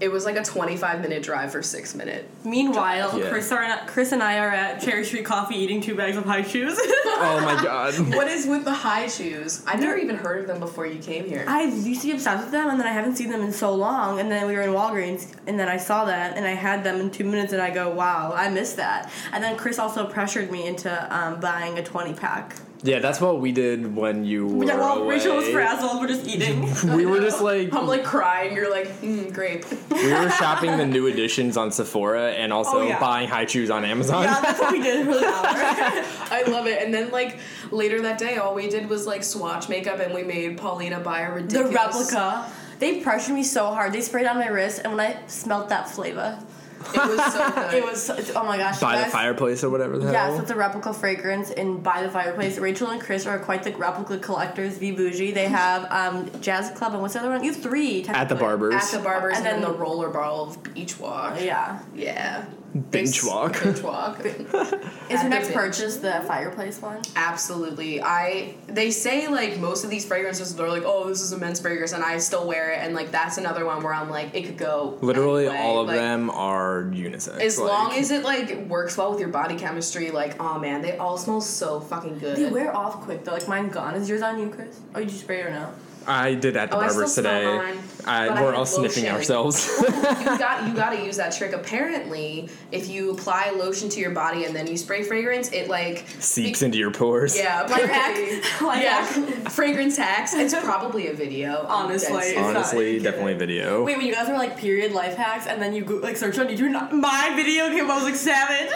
Speaker 2: It was like a 25 minute drive for six minute.
Speaker 4: Meanwhile,
Speaker 3: Yeah.
Speaker 4: Chris, are, Chris and I are at Cherry Street Coffee eating two bags of high shoes.
Speaker 3: Oh my god.
Speaker 2: What is with the high shoes? I've never even heard of them before you came here.
Speaker 4: I used to be obsessed with them, and then I haven't seen them in so long. And then we were in Walgreens, and then I saw that, and I had them in two minutes, and I go, "Wow, I missed that." And then Chris also pressured me into um, buying a twenty pack.
Speaker 3: Yeah, that's what we did when you were
Speaker 4: Yeah, while
Speaker 3: away.
Speaker 4: Rachel was frazzled, we're just eating.
Speaker 3: We were just like
Speaker 2: I'm like crying. You're like, mm, grape.
Speaker 3: we were shopping the new editions on Sephora and also
Speaker 4: Oh, yeah.
Speaker 3: buying high shoes on Amazon.
Speaker 4: yeah, that's what we did for the hour.
Speaker 2: I love it. And then like later that day, all we did was like swatch makeup, and we made Paulina buy a
Speaker 4: The
Speaker 2: ridiculous
Speaker 4: replica. They pressured me so hard. They sprayed on my wrist, and when I smelt that flavor,
Speaker 2: It was so good.
Speaker 4: it was it's- oh my gosh.
Speaker 3: By the
Speaker 4: guys.
Speaker 3: fireplace or whatever the
Speaker 4: Yeah,
Speaker 3: hell.
Speaker 4: so it's a replica fragrance in By the Fireplace. Rachel and Chris are quite the replica collectors. V Bougie. They have um, Jazz Club and what's the other one? You have three.
Speaker 3: At the
Speaker 4: technically.
Speaker 3: barbers.
Speaker 2: at the barbers and, then
Speaker 4: And then-
Speaker 2: the roller ball beach walk.
Speaker 4: Yeah.
Speaker 2: Yeah.
Speaker 3: Bench
Speaker 2: Base-
Speaker 3: walk.
Speaker 2: Bench walk.
Speaker 4: Is
Speaker 2: At
Speaker 4: your
Speaker 2: the
Speaker 4: next
Speaker 2: bin.
Speaker 4: purchase the fireplace one?
Speaker 2: Absolutely. I they say like most of these fragrances they're like, oh, this is a men's fragrance and I still wear it and like that's another one where I'm like, it could go
Speaker 3: Literally
Speaker 2: any way.
Speaker 3: all of
Speaker 2: Like,
Speaker 3: them are unisex.
Speaker 2: As
Speaker 3: like-
Speaker 2: long as it like works well with your body chemistry, like oh man, they all smell so fucking good.
Speaker 4: They wear off quick though. Like mine gone. Is yours on you, Chris? Oh, you just spray it or no?
Speaker 3: I did at the
Speaker 2: Oh, I
Speaker 3: barbers
Speaker 2: still smell
Speaker 3: today.
Speaker 2: mine,
Speaker 3: I,
Speaker 2: but I
Speaker 3: we're
Speaker 2: had
Speaker 3: all sniffing
Speaker 2: lotion.
Speaker 3: ourselves.
Speaker 2: you got you got to use that trick. Apparently, if you apply lotion to your body and then you spray fragrance, it like
Speaker 3: Seeps into your pores.
Speaker 2: yeah,
Speaker 4: Life hack.
Speaker 2: apparently-
Speaker 4: Life
Speaker 2: yeah,
Speaker 4: hack.
Speaker 2: fragrance hacks. It's probably a video.
Speaker 4: Honestly.
Speaker 2: That's-
Speaker 4: It's not-
Speaker 3: Honestly,
Speaker 4: you're
Speaker 3: definitely
Speaker 4: kidding.
Speaker 3: video.
Speaker 4: Wait, when you guys were like period life hacks, and then you go, like search on YouTube, and my video came. up, I was like savage.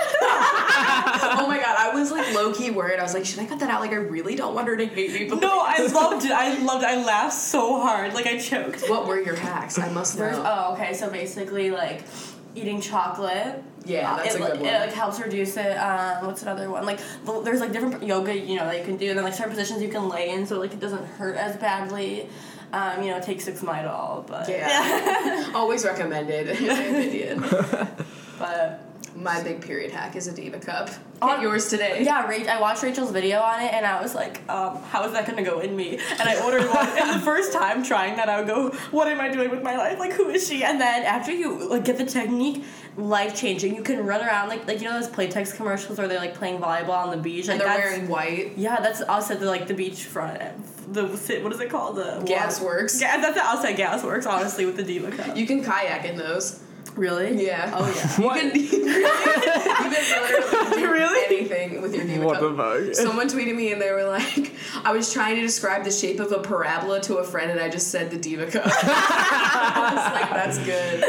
Speaker 2: oh my god, I was like low key worried. I was like, should I cut that out? Like, I really don't want her to hate me. But
Speaker 4: no, I loved it. I loved. it. I laughed so hard, like I choked.
Speaker 2: what were your hacks? I must know.
Speaker 4: There's- oh, okay. So basically, like eating chocolate.
Speaker 2: Yeah,
Speaker 4: Uh,
Speaker 2: that's
Speaker 4: it,
Speaker 2: a good
Speaker 4: like,
Speaker 2: one.
Speaker 4: It like helps reduce it. Um, what's another one? Like the, there's like different yoga, you know, that you can do, and then like certain positions you can lay in, so like it doesn't hurt as badly. Um, you know, take six Midol, but uh,
Speaker 2: Yeah. Always recommended. in my opinion.
Speaker 4: but
Speaker 2: My big period hack is a diva cup. Get
Speaker 4: Oh,
Speaker 2: yours today.
Speaker 4: yeah, Rach- I watched Rachel's video on it, and I was like, um, how is that gonna go in me? And I ordered one, and the first time trying that, I would go, what am I doing with my life? Like, who is she? And then after you like get the technique, life changing. You can run around like like you know those Playtex commercials where they're like playing volleyball on the beach.
Speaker 2: And
Speaker 4: Like
Speaker 2: they're
Speaker 4: that's,
Speaker 2: wearing white.
Speaker 4: Yeah, that's us at the like the beach front. The what is it called? The
Speaker 2: Gas works.
Speaker 4: Yeah, that's the outside gas works. Honestly, with the diva cup.
Speaker 2: You can kayak in those.
Speaker 4: really?
Speaker 2: Yeah.
Speaker 4: Oh yeah.
Speaker 2: You can, you can literally do
Speaker 4: Really?
Speaker 2: anything with your diva
Speaker 3: What
Speaker 2: cup.
Speaker 3: the fuck?
Speaker 2: Someone tweeted me and they were like, I was trying to describe the shape of a parabola to a friend and I just said the diva cup. I was like, that's good.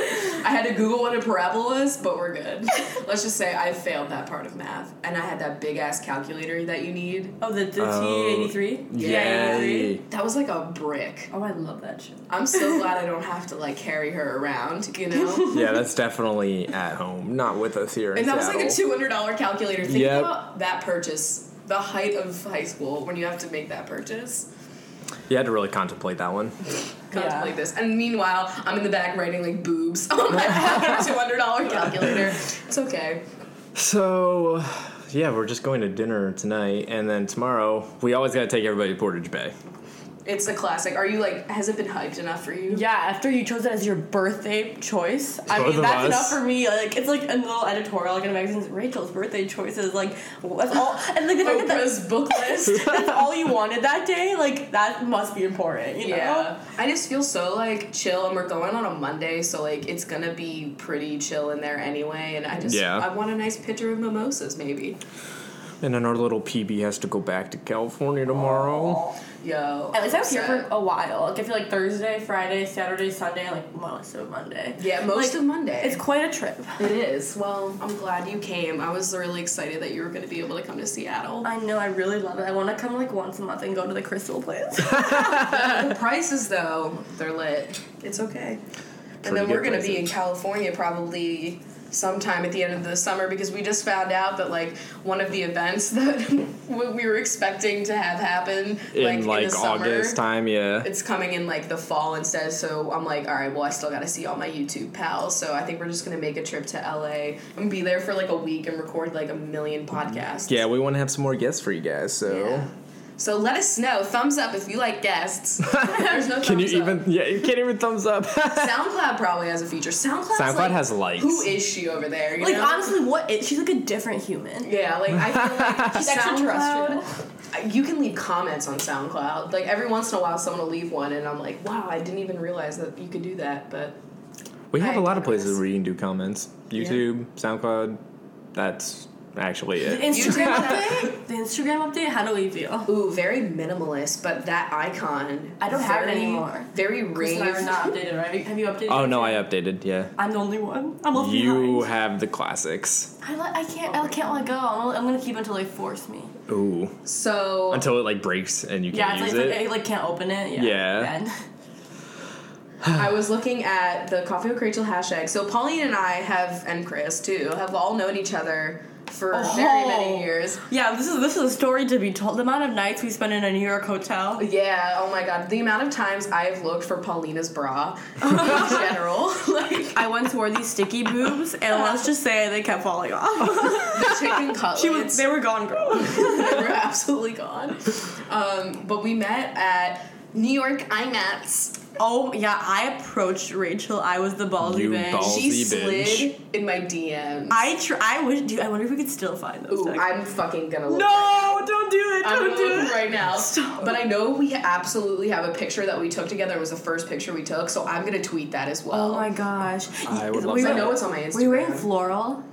Speaker 2: I had to Google what a parabola is, but we're good. Let's just say I failed that part of math and I had that big ass calculator that you need.
Speaker 4: Oh, the, the
Speaker 3: Oh,
Speaker 4: T eighty three.
Speaker 3: Yay.
Speaker 2: That was like a brick.
Speaker 4: Oh, I love that shit.
Speaker 2: I'm so glad I don't have to like carry her around, you know?
Speaker 3: Yeah, that's definitely at home, not with us here. in
Speaker 2: And that was like a
Speaker 3: Seattle.
Speaker 2: two hundred dollar calculator. Think
Speaker 3: Yep.
Speaker 2: about that purchase, the height of high school when you have to make that purchase.
Speaker 3: You had to really contemplate that one.
Speaker 2: Contemplate this. And meanwhile, I'm in the back writing like boobs on my two hundred dollar calculator. It's okay.
Speaker 3: So, yeah, we're just going to dinner tonight, and then tomorrow we always got to take everybody to Portage Bay.
Speaker 2: It's a classic. Are you like? Has it been hyped enough for you?
Speaker 4: Yeah, after you chose it as your birthday choice, I
Speaker 3: Both
Speaker 4: mean
Speaker 3: of
Speaker 4: that's
Speaker 3: us.
Speaker 4: enough for me. Like it's like a little editorial like in a magazine. Rachel's birthday choices, like well, that's all. And like the fact that that's,
Speaker 2: Oprah's book list.
Speaker 4: that's all you wanted that day, like that must be important. You know?
Speaker 2: Yeah. I just feel so like chill and we're going on a Monday, so like it's gonna be pretty chill in there anyway. And I just
Speaker 3: Yeah.
Speaker 2: I want a nice picture of mimosas maybe.
Speaker 3: And then our little PB has to go back to California tomorrow.
Speaker 2: Yo.
Speaker 4: At least I was here
Speaker 2: upset.
Speaker 4: for a while. Like I feel like Thursday, Friday, Saturday, Sunday, and, like most of Monday.
Speaker 2: Yeah, most
Speaker 4: Like,
Speaker 2: of Monday.
Speaker 4: It's quite a trip.
Speaker 2: It is. Well, I'm glad you came. I was really excited that you were going to be able to come to Seattle.
Speaker 4: I know. I really love it. I want to come like once a month and go to the Crystal Place.
Speaker 2: the prices, though, they're lit. It's okay. and
Speaker 3: Pretty
Speaker 2: then we're
Speaker 3: good
Speaker 2: going to be in California probably sometime at the end of the summer because we just found out that like one of the events that we we were expecting to have happen
Speaker 3: In like,
Speaker 2: in the summer,
Speaker 3: August time, yeah.
Speaker 2: it's coming in like the fall instead so i'm like all right well i still gotta see all my youtube pals so i think we're just gonna make a trip to la and be there for like a week and record like a million podcasts
Speaker 3: yeah, we want to have some more guests for you guys, so.
Speaker 2: Yeah. So let us know. Thumbs up if you like guests. There's no
Speaker 3: Can you
Speaker 2: thumbs up.
Speaker 3: even? Yeah, you can't even thumbs up.
Speaker 2: SoundCloud probably has a feature. SoundCloud's
Speaker 3: SoundCloud
Speaker 2: like,
Speaker 3: has likes.
Speaker 2: Who is she over there? you
Speaker 4: Like
Speaker 2: know?
Speaker 4: honestly, what is she's like a different human.
Speaker 2: Yeah, like I feel like
Speaker 5: She's
Speaker 2: SoundCloud.
Speaker 5: extraterrestrial.
Speaker 2: You can leave comments on SoundCloud. Like every once in a while, someone will leave one, and I'm like, wow, I didn't even realize that you could do that. But
Speaker 3: we have
Speaker 2: I
Speaker 3: a lot of places
Speaker 2: digress.
Speaker 3: where you can do comments. YouTube, SoundCloud. That's actually
Speaker 4: The
Speaker 3: it.
Speaker 4: Instagram update. The Instagram update. How do we feel?
Speaker 2: ooh, very minimalist. But that icon,
Speaker 4: I don't have it
Speaker 2: very-
Speaker 4: anymore.
Speaker 2: Very rave.
Speaker 4: Kristen and I are not updated, right? Have you updated?
Speaker 3: Oh
Speaker 4: your
Speaker 3: no, I
Speaker 4: Instagram?
Speaker 3: updated. Yeah.
Speaker 4: I'm the only one. I'm left
Speaker 3: You
Speaker 4: behind.
Speaker 3: have the classics.
Speaker 4: I, li- I can't. I can't let go. I'm, I'm gonna keep until they force me.
Speaker 3: Ooh.
Speaker 2: So
Speaker 3: Until it like breaks and you
Speaker 4: Yeah,
Speaker 3: can't
Speaker 4: it's like,
Speaker 3: use
Speaker 4: it's
Speaker 3: it.
Speaker 4: like I like can't open it. Yeah.
Speaker 3: Yeah.
Speaker 4: Then.
Speaker 2: I was looking at the Coffee with Rachel hashtag. So Pauline and I have, and Chris too, have all known each other for very many
Speaker 4: Oh.
Speaker 2: years.
Speaker 4: Yeah, this is this is a story to be told. The amount of nights we spent in a New York hotel.
Speaker 2: Yeah, oh my god. The amount of times I have looked for Paulina's bra in general. Like
Speaker 4: I once wore these sticky boobs, and let's just say they kept falling off.
Speaker 2: the chicken cutlets.
Speaker 4: she was, they were gone, girl.
Speaker 2: they were absolutely gone. Um, but we met at New York IMATS.
Speaker 4: Oh yeah, I approached Rachel. I was the ballsy
Speaker 3: You
Speaker 4: bitch.
Speaker 3: ball-
Speaker 2: She
Speaker 3: Ballsy
Speaker 2: slid
Speaker 3: bitch.
Speaker 2: in my DMs.
Speaker 4: I tr- I wish. Dude, I wonder if we could still find those.
Speaker 2: Ooh,
Speaker 4: texts.
Speaker 2: I'm fucking gonna look right
Speaker 4: no, don't do it.
Speaker 2: I'm
Speaker 4: Don't
Speaker 2: gonna
Speaker 4: do
Speaker 2: look
Speaker 4: it.
Speaker 2: right now.
Speaker 4: Stop.
Speaker 2: But I know we absolutely have a picture that we took together. It was the first picture we took, so I'm gonna tweet that as well.
Speaker 4: Oh my gosh.
Speaker 3: I would love
Speaker 4: were,
Speaker 2: I know it's on my Instagram.
Speaker 4: Were you wearing floral?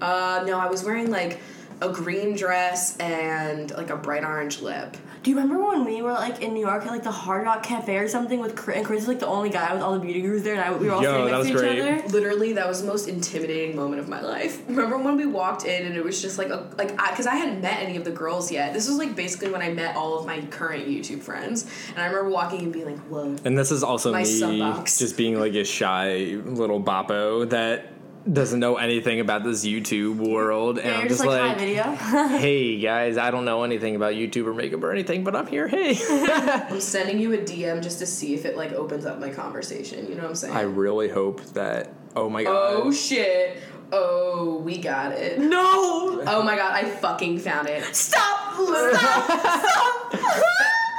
Speaker 2: Uh, no, I was wearing like a green dress and like a bright orange lip.
Speaker 4: Do you remember when we were like in New York at like the Hard Rock Cafe or something with Chris? And Chris was like the only guy with all the beauty gurus there, and I, we were all
Speaker 3: Yo,
Speaker 4: sitting
Speaker 3: that
Speaker 4: next to
Speaker 3: was
Speaker 4: each
Speaker 3: great.
Speaker 4: other.
Speaker 2: Literally, that was the most intimidating moment of my life. Remember when we walked in and it was just like a like because I, hadn't met any of the girls yet. This was like basically when I met all of my current YouTube friends, and I remember walking and being like, "Whoa,
Speaker 3: And this is also
Speaker 2: My
Speaker 3: me
Speaker 2: soapbox.
Speaker 3: just being like a shy little boppo that doesn't know anything about this YouTube world, and
Speaker 4: Yeah,
Speaker 3: I'm
Speaker 4: you're just like, hi, video.
Speaker 3: "Hey guys, I don't know anything about YouTube or makeup or anything, but I'm here. Hey,
Speaker 2: I'm sending you a DM just to see if it like opens up my conversation." You know what I'm saying?
Speaker 3: I really hope that. Oh my god,
Speaker 2: Oh shit. Oh, we got it.
Speaker 4: no!
Speaker 2: Oh my god, I fucking found it.
Speaker 4: Stop! Stop!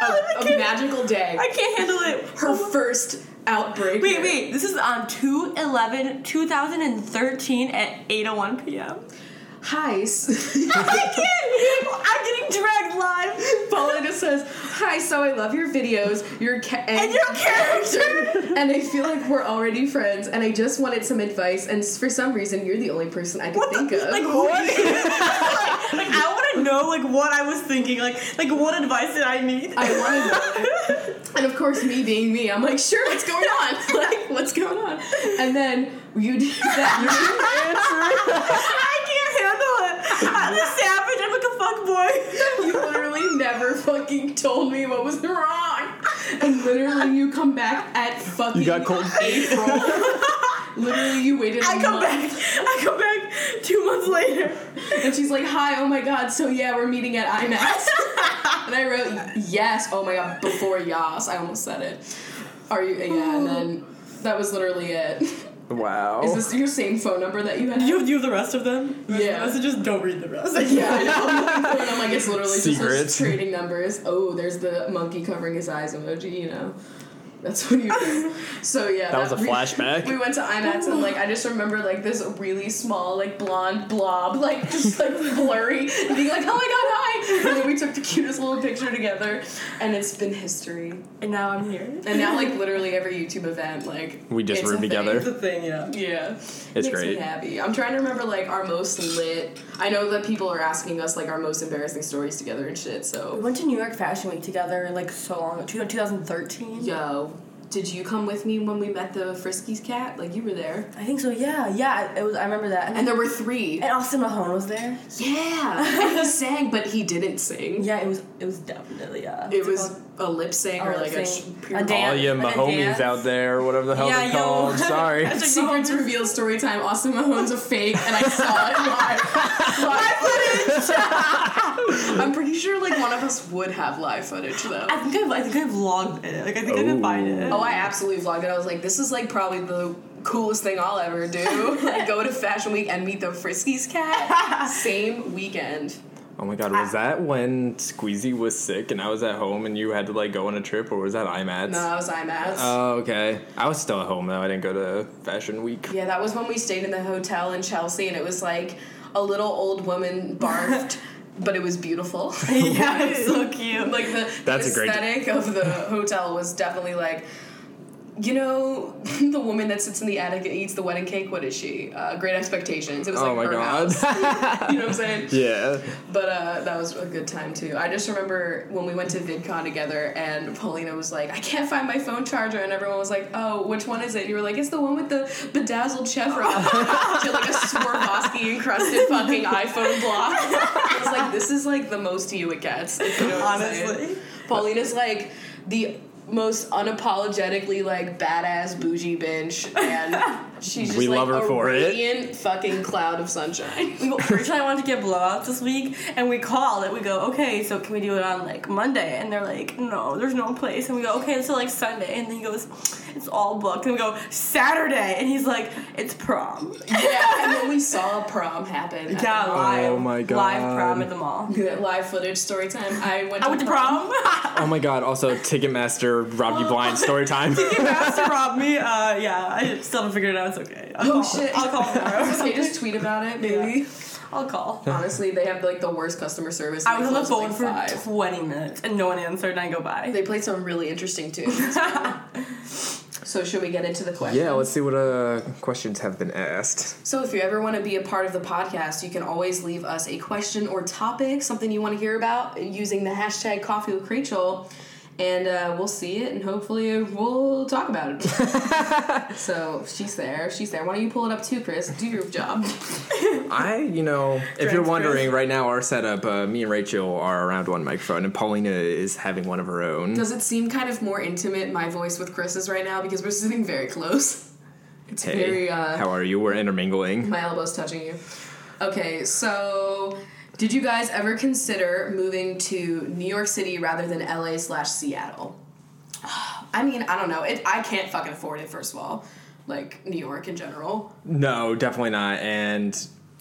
Speaker 2: A, a magical day.
Speaker 4: I can't handle it.
Speaker 2: Her first outbreak.
Speaker 4: Wait, wait. This is on 2 11 2013 at 8.01 p.m.
Speaker 2: Heis.
Speaker 4: I can't! I'm getting dragged live!
Speaker 2: Paulina says, Hi, so I love your videos, your ca-
Speaker 4: And your character!
Speaker 2: and I feel like we're already friends, and I just wanted some advice, and s- for some reason, you're the only person I could
Speaker 4: What
Speaker 2: think
Speaker 4: the,
Speaker 2: of.
Speaker 4: like what? like, like, I want to know like what I was thinking. Like like what advice did I need?
Speaker 2: I wanted And of course, me being me, I'm like, sure, what's going on? like, what's going on? And then you did that.
Speaker 4: I can't handle it. I'm a savage. I'm like a fuck boy.
Speaker 2: You, you literally never fucking told me what was wrong. And literally, you come back at fucking
Speaker 3: you got cold.
Speaker 2: April. literally, you waited.
Speaker 4: I
Speaker 2: a
Speaker 4: come
Speaker 2: month.
Speaker 4: back. I come back two months later.
Speaker 2: And she's like, hi, oh my god, so yeah, we're meeting at IMAX. and I wrote, yes, oh my god, before Yas. I almost said it. Are you, yeah, and then that was literally it.
Speaker 3: Wow,
Speaker 2: Is this your same phone number that you had?
Speaker 4: You you have the rest of them. The rest of
Speaker 2: Yeah.
Speaker 4: the messages. Don't read the rest.
Speaker 2: yeah, I know. I'm looking through it, I'm like, it's literally just
Speaker 3: Secrets.
Speaker 2: like trading numbers. Oh, there's the monkey covering his eyes emoji, you know. That's what you do. So yeah,
Speaker 3: That was a
Speaker 2: we-
Speaker 3: flashback.
Speaker 2: We went to IMAX and like I just remember like this really small like blonde blob like just like blurry and being like oh my god hi and then we took the cutest little picture together and it's been history
Speaker 4: And now I'm here.
Speaker 2: and now like literally every YouTube event like
Speaker 3: We just
Speaker 2: it's
Speaker 3: room
Speaker 2: a thing.
Speaker 3: together.
Speaker 4: The thing, yeah.
Speaker 2: Yeah,
Speaker 3: It's
Speaker 2: makes
Speaker 3: great.
Speaker 2: me happy. I'm trying to remember like our most lit. I know that people are asking us like our most embarrassing stories together and shit.
Speaker 4: We
Speaker 2: So
Speaker 4: went to New York Fashion Week together like so long, two- 2013.
Speaker 2: yo, did you come with me when we met the Friskies cat? Like you were there,
Speaker 4: I think so. Yeah, yeah. It was. I remember that.
Speaker 2: and there were three.
Speaker 4: and Austin Mahone was there.
Speaker 2: Yeah, and he sang, but he didn't sing.
Speaker 4: Yeah, it was. It was definitely. uh, Yeah.
Speaker 2: It was a lip sync or
Speaker 4: A lip
Speaker 2: like a, sh-
Speaker 4: sync.
Speaker 2: pure
Speaker 4: A dance.
Speaker 3: all you
Speaker 4: Like a
Speaker 3: Mahomies
Speaker 4: dance.
Speaker 3: out there, whatever the hell
Speaker 4: Yeah,
Speaker 3: they're
Speaker 4: yo.
Speaker 3: called. Sorry,
Speaker 2: Secrets revealed story time. Austin Mahone's a fake, and I saw it live. live footage. I'm pretty sure like one of us would have live footage though.
Speaker 4: I think I've, I think I've logged it. Like I think I can find it.
Speaker 2: Oh, I absolutely vlogged it. I was like, this is like probably the coolest thing I'll ever do. like go to Fashion Week and meet the Friskies cat. Same weekend.
Speaker 3: Oh my god, was that when Squeezy was sick and I was at home and you had to like go on a trip, or was that IMADS?
Speaker 2: No, that was IMADS.
Speaker 3: Oh, okay. I was still at home though. I didn't go to Fashion Week.
Speaker 2: Yeah, that was when we stayed in the hotel in Chelsea, and it was like a little old woman barfed, but it was beautiful.
Speaker 4: yeah, it's so cute.
Speaker 2: like the,
Speaker 3: That's a
Speaker 2: the
Speaker 3: great-
Speaker 2: aesthetic of the hotel was definitely like. You know, the woman that sits in the attic and eats the wedding cake, what is she? Uh, Great Expectations. It was
Speaker 3: oh
Speaker 2: like
Speaker 3: my
Speaker 2: her
Speaker 3: god.
Speaker 2: house. you know what I'm saying?
Speaker 3: yeah.
Speaker 2: But uh, that was a good time too. I just remember when we went to VidCon together, and Paulina was like, "I can't find my phone charger," and everyone was like, "Oh, which one is it?" And you were like, "It's the one with the bedazzled chevron, to like a Swarovski encrusted fucking iPhone block." I was like, "This is like the most you it gets." if you know what I'm saying.
Speaker 4: Honestly.
Speaker 2: Paulina's like the most unapologetically like badass bougie bitch, and she's just
Speaker 3: We
Speaker 2: like
Speaker 3: love her
Speaker 2: a
Speaker 3: for it.
Speaker 2: radiant fucking cloud of sunshine.
Speaker 4: We originally wanted to get blowouts this week, and we called and we go, okay, so can we do it on like Monday? And they're like, no, there's no place. And we go, okay, so like Sunday. And then he goes, it's all booked. And we go, Saturday. And he's like, it's prom.
Speaker 2: yeah, and then we saw prom happen. at
Speaker 4: Yeah,
Speaker 2: the mall.
Speaker 4: live.
Speaker 3: Oh my
Speaker 4: Live
Speaker 3: God.
Speaker 4: prom at the mall.
Speaker 2: That live footage story time. I went.
Speaker 4: I
Speaker 2: To
Speaker 4: went to
Speaker 2: prom.
Speaker 4: prom.
Speaker 3: Oh my god. Also, Ticketmaster robbed you blind story time.
Speaker 4: he asked to rob me. Uh, yeah, I still haven't figured it out. It's okay. I'll
Speaker 2: Oh
Speaker 4: call.
Speaker 2: shit!
Speaker 4: I'll call tomorrow.
Speaker 2: They just tweet about it, maybe.
Speaker 4: I'll call.
Speaker 2: Honestly, they have like the worst customer service.
Speaker 4: I was on the
Speaker 2: They
Speaker 4: phone
Speaker 2: close at,
Speaker 4: for
Speaker 2: like, five.
Speaker 4: 20 minutes and no one answered, and I go by.
Speaker 2: They played some really interesting tunes. so should we get into the question?
Speaker 3: yeah. Let's see what uh questions have been asked.
Speaker 2: So if you ever want to be a part of the podcast, you can always leave us a question or topic, something you want to hear about, using the hashtag Coffee with Rachel, and uh, we'll see it, and hopefully we'll talk about it. so she's there, she's there. Why don't you pull it up too, Chris? Do your job.
Speaker 3: I, you know, if you're
Speaker 4: Drugs,
Speaker 3: wondering, right now our setup, uh, me and Rachel are around one microphone, and Paulina is having one of her own.
Speaker 2: Does it seem kind of more intimate my voice with Chris's right now because we're sitting very close? It's
Speaker 3: Hey,
Speaker 2: very uh,
Speaker 3: how are you? We're intermingling.
Speaker 2: my elbow's touching you. Okay, so did you guys ever consider moving to New York City rather than LA slash Seattle? I mean, I don't know. It I can't fucking afford it. First of all, like New York in general,
Speaker 3: No, definitely not. And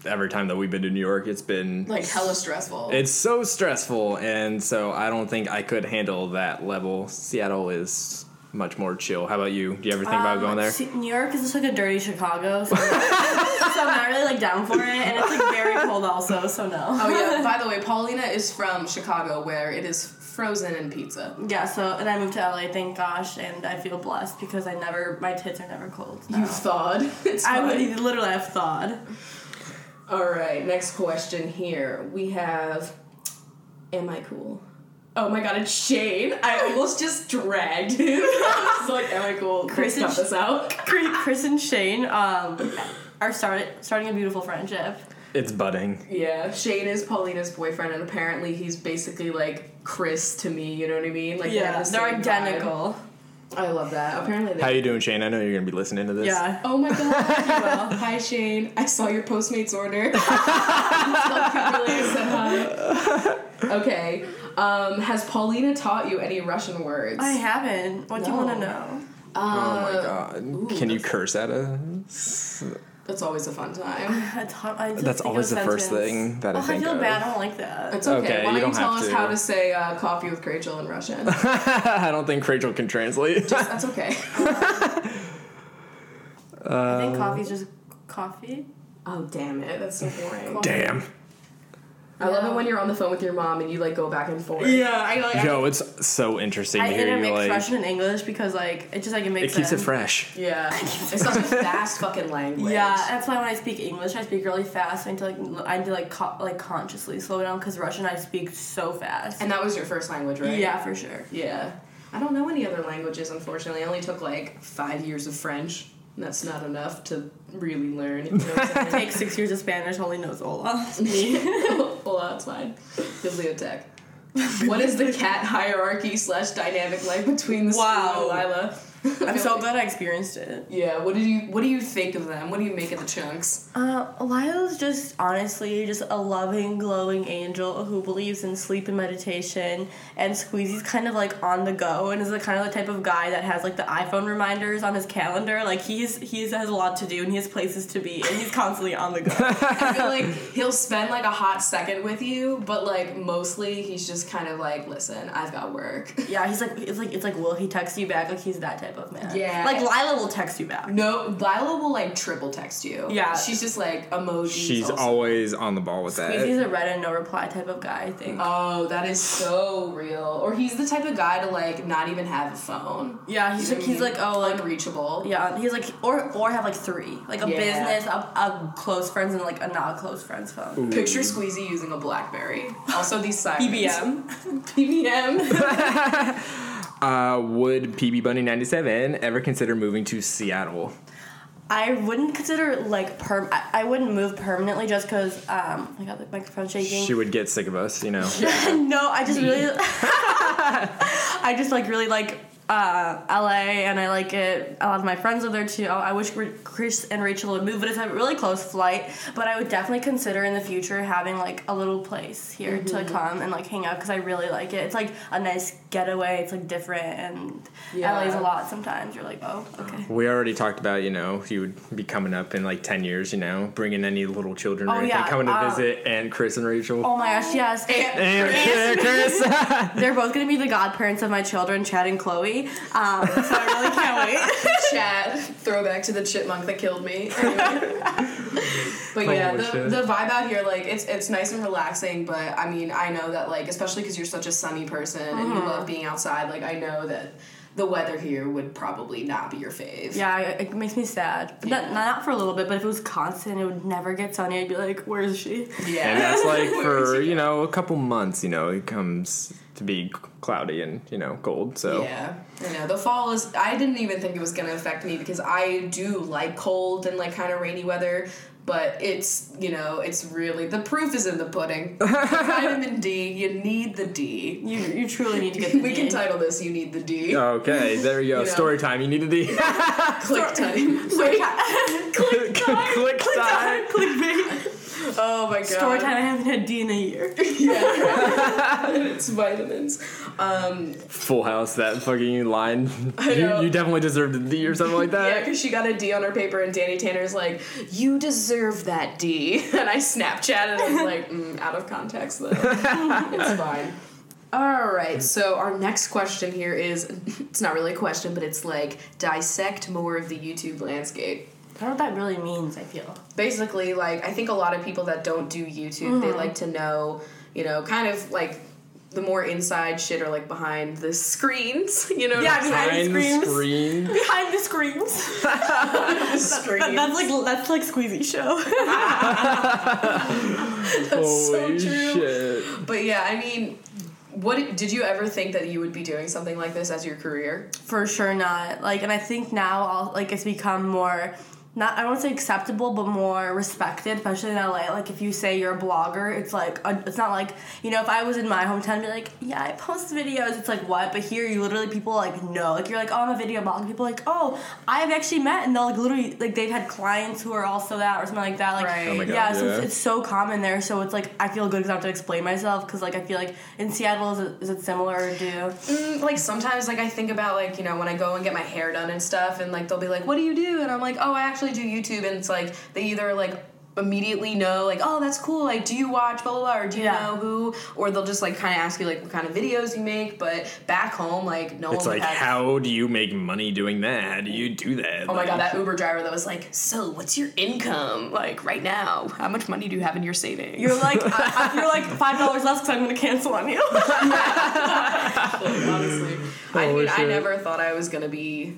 Speaker 3: every time that we've been to New York, it's been
Speaker 2: like hella stressful.
Speaker 3: it's so stressful, and so I don't think I could handle that level. Seattle is much more chill. How about you? Do you ever think about going there?
Speaker 4: See, New York is just like a dirty Chicago, so, so I'm not really like down for it, and it's like very cold also, so
Speaker 2: oh
Speaker 4: no.
Speaker 2: yeah. By the way, Paulina is from Chicago, where it is frozen and pizza.
Speaker 4: Yeah, so and I moved to LA, thank gosh, and I feel blessed because I never my tits are never cold.
Speaker 2: You thawed. It's
Speaker 4: I
Speaker 2: fine.
Speaker 4: would e, literally have thawed.
Speaker 2: All right, next question here. We have Am I cool? Oh my god, it's Shane. I almost just dragged him. I was like, Am I cool?
Speaker 4: Chris
Speaker 2: Let's
Speaker 4: and
Speaker 2: cut this out.
Speaker 4: Chris Chris and Shane um, are start, starting a beautiful friendship.
Speaker 3: It's budding.
Speaker 2: Yeah, Shane is Paulina's boyfriend, and apparently he's basically like Chris to me, you know what I mean? Like, they have
Speaker 4: Yeah,
Speaker 2: the
Speaker 4: they're
Speaker 2: same vibe.
Speaker 4: identical.
Speaker 2: I love that. Apparently they.
Speaker 3: How you doing, Shane? I know you're gonna be listening to this.
Speaker 4: Yeah.
Speaker 2: Oh my god, you will. Hi Shane. I saw your Postmates order. So cute, really, I said hi. Okay. Um, has Paulina taught you any Russian words?
Speaker 4: I haven't. What do you
Speaker 2: No.
Speaker 4: want to know?
Speaker 3: Oh my god. Can you curse at us?
Speaker 2: That's always a fun time.
Speaker 4: That's, hard- I just
Speaker 3: That's
Speaker 4: think of
Speaker 3: always the first
Speaker 4: sentence.
Speaker 3: thing that I
Speaker 4: Oh, I
Speaker 3: think
Speaker 4: feel
Speaker 3: of.
Speaker 4: bad. I don't like that.
Speaker 2: It's okay.
Speaker 3: Okay,
Speaker 2: Why
Speaker 3: you
Speaker 2: don't you
Speaker 3: don't
Speaker 2: tell
Speaker 3: have
Speaker 2: us
Speaker 3: to.
Speaker 2: how to say uh, coffee with Rachel in Russian?
Speaker 3: I don't think Rachel can translate.
Speaker 2: That's okay.
Speaker 4: I
Speaker 3: Um,
Speaker 4: think coffee's just coffee.
Speaker 2: Oh damn it! That's so boring.
Speaker 3: Damn.
Speaker 2: I love it when you're on the phone with your mom and you like go back and forth.
Speaker 4: I like.
Speaker 3: Yo, it's so interesting
Speaker 4: I
Speaker 3: to hear you
Speaker 4: intermix
Speaker 3: like.
Speaker 4: Russian and English because like it just like it
Speaker 3: It
Speaker 4: makes
Speaker 3: keeps it
Speaker 4: sense.
Speaker 3: fresh.
Speaker 2: Yeah. It's such a fast fucking language.
Speaker 4: Yeah, that's why when I speak English, I speak really fast. I need to like l- I need to like co- like consciously slow down because Russian I speak so fast.
Speaker 2: And that was your first language, right?
Speaker 4: yeah, for sure.
Speaker 2: Yeah. I don't know any other languages, unfortunately. I only took like five years of French. and That's not enough to really learn. You know what I'm saying?
Speaker 4: Take six years of Spanish, only knows Ola. Me.
Speaker 2: well, that's fine. Bibliotech. what is the cat hierarchy slash dynamic like between the
Speaker 4: Wow.
Speaker 2: school and Lila?
Speaker 4: I'm
Speaker 2: feel
Speaker 4: so
Speaker 2: like-
Speaker 4: glad I experienced it.
Speaker 2: Yeah. What did you What do you think of them? What do you make of the chunks?
Speaker 4: Uh, Lila's just honestly just a loving, glowing angel who believes in sleep and meditation. And Squeezy's kind of like on the go and is the kind of the type of guy that has like the iPhone reminders on his calendar. Like he's he's has a lot to do and he has places to be and he's constantly on the go.
Speaker 2: I feel like he'll spend like a hot second with you, but like mostly he's just kind of like, listen, I've got work.
Speaker 4: yeah, he's like it's like it's like will he text you back? Like he's that type of man.
Speaker 2: Yeah.
Speaker 4: Like Lila will text you back.
Speaker 2: No, Lila will like triple text you.
Speaker 4: Yeah.
Speaker 2: She's just like emojis.
Speaker 3: She's
Speaker 2: also.
Speaker 3: always on the ball with
Speaker 4: Squeezy's
Speaker 3: that.
Speaker 4: a read and no reply type of guy, I think.
Speaker 2: Oh, that is so real. Or he's the type of guy to like not even have a phone.
Speaker 4: yeah, he's like he's like oh like
Speaker 2: unreachable.
Speaker 4: Yeah, he's like, or or have like three, like a
Speaker 2: Yeah.
Speaker 4: business, a, a close friends, and like a not close friends phone.
Speaker 2: Picture Squeezy using a BlackBerry. Also these sirens.
Speaker 4: BBM.
Speaker 2: PBM.
Speaker 3: Uh, would PB Bunny ninety seven ever consider moving to Seattle?
Speaker 4: I wouldn't consider like perm. I, I wouldn't move permanently just because um. I got the microphone shaking.
Speaker 3: She would get sick of us, you know.
Speaker 4: no, I just really. I just like really like uh, LA, and I like it. A lot of my friends live there too. Oh, I wish Ra- Chris and Rachel would move, but it's a really close flight. But I would definitely consider in the future having like a little place here to come and like hang out because I really like it. It's like a nice getaway. It's like different, and
Speaker 2: Yeah.
Speaker 4: LA's a lot. Sometimes you're like, oh, okay.
Speaker 3: We already talked about, you know, he would be coming up in like 10 years, you know, bringing any little children or
Speaker 4: Oh,
Speaker 3: anything,
Speaker 4: yeah,
Speaker 3: coming to
Speaker 4: uh,
Speaker 3: visit, and Chris and Rachel.
Speaker 4: Oh my gosh, yes.
Speaker 3: and and Chris!
Speaker 4: They're both gonna be the godparents of my children, Chad and Chloe. Um, so I really can't wait.
Speaker 2: Chat. Throwback to the chipmunk that killed me. Anyway. but yeah,
Speaker 3: Holy
Speaker 2: the,
Speaker 3: shit.
Speaker 2: the vibe out here, like it's it's nice and relaxing. But I mean, I know that like especially because you're such a sunny person and you love being outside. Like I know that the weather here would probably not be your fave.
Speaker 4: Yeah, I- it makes me sad. But not, not for a little bit, but if it was constant, it would never get sunny. I'd be like, where is she?
Speaker 2: Yeah.
Speaker 3: and that's like
Speaker 2: Where is
Speaker 3: for,
Speaker 2: he?
Speaker 3: you know, a couple months, you know, it comes to be cloudy and, you know, cold. So,
Speaker 2: Yeah, I know. The fall is. I didn't even think it was gonna affect me because I do like cold and like kind of rainy weather. But it's you know it's really the proof is in the pudding. Vitamin D, you need the D.
Speaker 4: You, you truly need to get the
Speaker 2: We can
Speaker 4: D.
Speaker 2: title this "You Need the D."
Speaker 3: okay, there you go.
Speaker 2: You know.
Speaker 3: Story time. You need to be
Speaker 2: Click time.
Speaker 4: Story time.
Speaker 3: click, click time.
Speaker 4: Clickbait.
Speaker 2: Oh my god.
Speaker 4: Story time, I haven't had D in a year.
Speaker 2: It's vitamins. Um,
Speaker 3: Full House, that fucking line.
Speaker 2: I know.
Speaker 3: You, you definitely deserved a D or something like
Speaker 2: yeah,
Speaker 3: that.
Speaker 2: because she got a D on her paper, and Danny Tanner's like, "You deserve that D," and I Snapchatted. I was like, mm, out of context though. it's fine. All right. So our next question here is, it's not really a question, but it's like dissect more of the YouTube landscape.
Speaker 4: I don't know what that really means, I feel.
Speaker 2: Basically, like I think a lot of people that don't do YouTube,
Speaker 4: Mm-hmm.
Speaker 2: they like to know, you know, kind of like the more inside shit or like behind the screens, you know.
Speaker 4: Yeah, I mean, I-
Speaker 3: Behind the
Speaker 4: Screams.
Speaker 3: screen.
Speaker 4: Behind the screens.
Speaker 2: the screens.
Speaker 4: That- that's like that's like Squeezy Show.
Speaker 2: so
Speaker 3: Holy
Speaker 2: true.
Speaker 3: shit.
Speaker 2: But yeah, I mean, what did you ever think that you would be doing something like this as your career?
Speaker 4: For sure not. Like, and I think now, I'll, like, it's become more. Not, I don't say acceptable, but more respected, especially in LA. Like, if you say you're a blogger, it's like, uh, it's not like, you know, if I was in my hometown, I'd be like, yeah, I post videos. It's like, what? But here, you literally, people like, no. Like, you're like, oh, I'm a video blogger. People are like, oh, I've actually met, and they'll, like, literally, like, they've had clients who are also that or something like that. Like,
Speaker 2: Right. Oh my
Speaker 3: God,
Speaker 4: yeah, so
Speaker 3: yeah.
Speaker 4: it's, it's so common there. So it's like, I feel good because I don't have to explain myself. Because, like, I feel like in Seattle, is it, is it similar or do?
Speaker 2: Mm, like sometimes, like I think about like you know when I go and get my hair done and stuff, and like they'll be like, "What do you do?" And I'm like, "Oh, I actually do YouTube." And it's like they either like immediately know like, "Oh, that's cool." Like, do you watch blah blah, blah or do you
Speaker 4: Yeah.
Speaker 2: know who? Or they'll just like kind of ask you like what kind of videos you make. But back home, like no
Speaker 3: It's
Speaker 2: one
Speaker 3: like,
Speaker 2: has-
Speaker 3: how do you make money doing that? How do you do that?
Speaker 2: Oh my god, that Uber driver that was like, "So, what's your income like right now? How much money do you have in your savings?"
Speaker 4: You're like I, I- you're like five dollars less because I'm gonna cancel on you.
Speaker 2: honestly. I
Speaker 3: Holy
Speaker 2: mean, I
Speaker 3: shit.
Speaker 2: never thought I was gonna be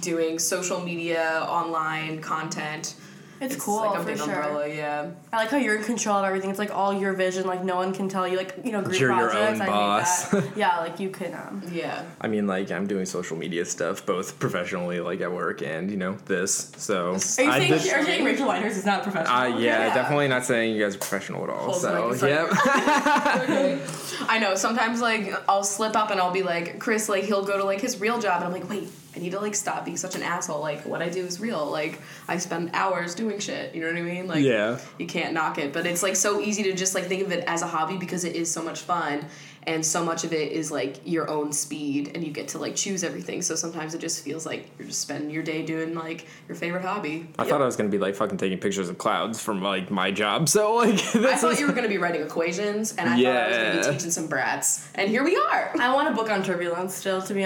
Speaker 2: doing social media, online content.
Speaker 4: It's,
Speaker 2: It's
Speaker 4: cool
Speaker 2: like a
Speaker 4: for
Speaker 2: big
Speaker 4: sure.
Speaker 2: umbrella, yeah.
Speaker 4: I like how you're in control of everything. It's like all your vision. Like no one can tell you. Like you know, group
Speaker 3: You're your
Speaker 4: projects.
Speaker 3: own
Speaker 4: I
Speaker 3: boss.
Speaker 4: hate that. yeah, like you can. Um,
Speaker 2: Yeah.
Speaker 3: I mean, like, I'm doing social media stuff both professionally, like at work, and you know this. So,
Speaker 4: are you
Speaker 3: I
Speaker 4: saying,
Speaker 3: did-
Speaker 4: are you saying Rachel Winters is not a professional?
Speaker 3: uh, yeah,
Speaker 2: Oh, Yeah.
Speaker 3: definitely not saying you guys are professional at all.
Speaker 2: Hold
Speaker 3: so,
Speaker 2: the mic in
Speaker 3: yep.
Speaker 2: I know, sometimes like I'll slip up and I'll be like, Chris, like he'll go to like his real job and I'm like, wait, I need to like stop being such an asshole. Like what I do is real. Like I spend hours doing shit. You know what I mean? Like
Speaker 3: Yeah.
Speaker 2: you can't knock it. But it's like so easy to just like think of it as a hobby because it is so much fun and so much of it is like your own speed and you get to like choose everything. So sometimes it just feels like you're just spending your day doing like your favorite hobby.
Speaker 3: I thought I was gonna be like fucking taking pictures of clouds from like my job. So like this
Speaker 2: I thought
Speaker 3: is
Speaker 2: you were going to be writing equations, and I thought I was going to
Speaker 3: Yeah.
Speaker 2: be teaching some brats, and here we are.
Speaker 4: I want a book on turbulence still, to be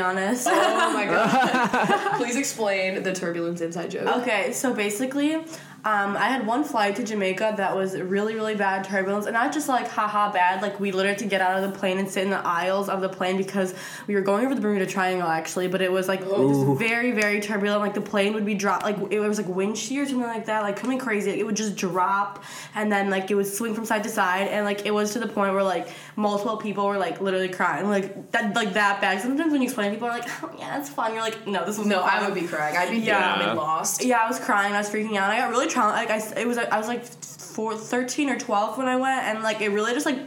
Speaker 4: honest.
Speaker 2: Oh my god! Please explain the turbulence inside joke.
Speaker 4: Okay, so basically, um, I had one flight to Jamaica that was really, really bad turbulence, and not just like haha bad. Like we literally had to get out of the plane and sit in the aisles of the plane because we were going over the Bermuda Triangle actually, but it was like just very, very turbulent. Like the plane would be drop, like it was like wind shear or something like that, like coming crazy. It would just drop, and then like it would swing from side to side, and like it was to the point where like multiple people were like literally crying, like that, like that bad. Sometimes when you explain, people are like, oh, yeah, that's fun. You're like, no, this was
Speaker 2: No, I would be crying. I'd be yeah.
Speaker 3: Yeah.
Speaker 2: lost.
Speaker 4: yeah, I was crying. I was freaking out. I got really trauma. Like I, s- it was. like, I was like four, 13 or twelve when I went, and like it really just like,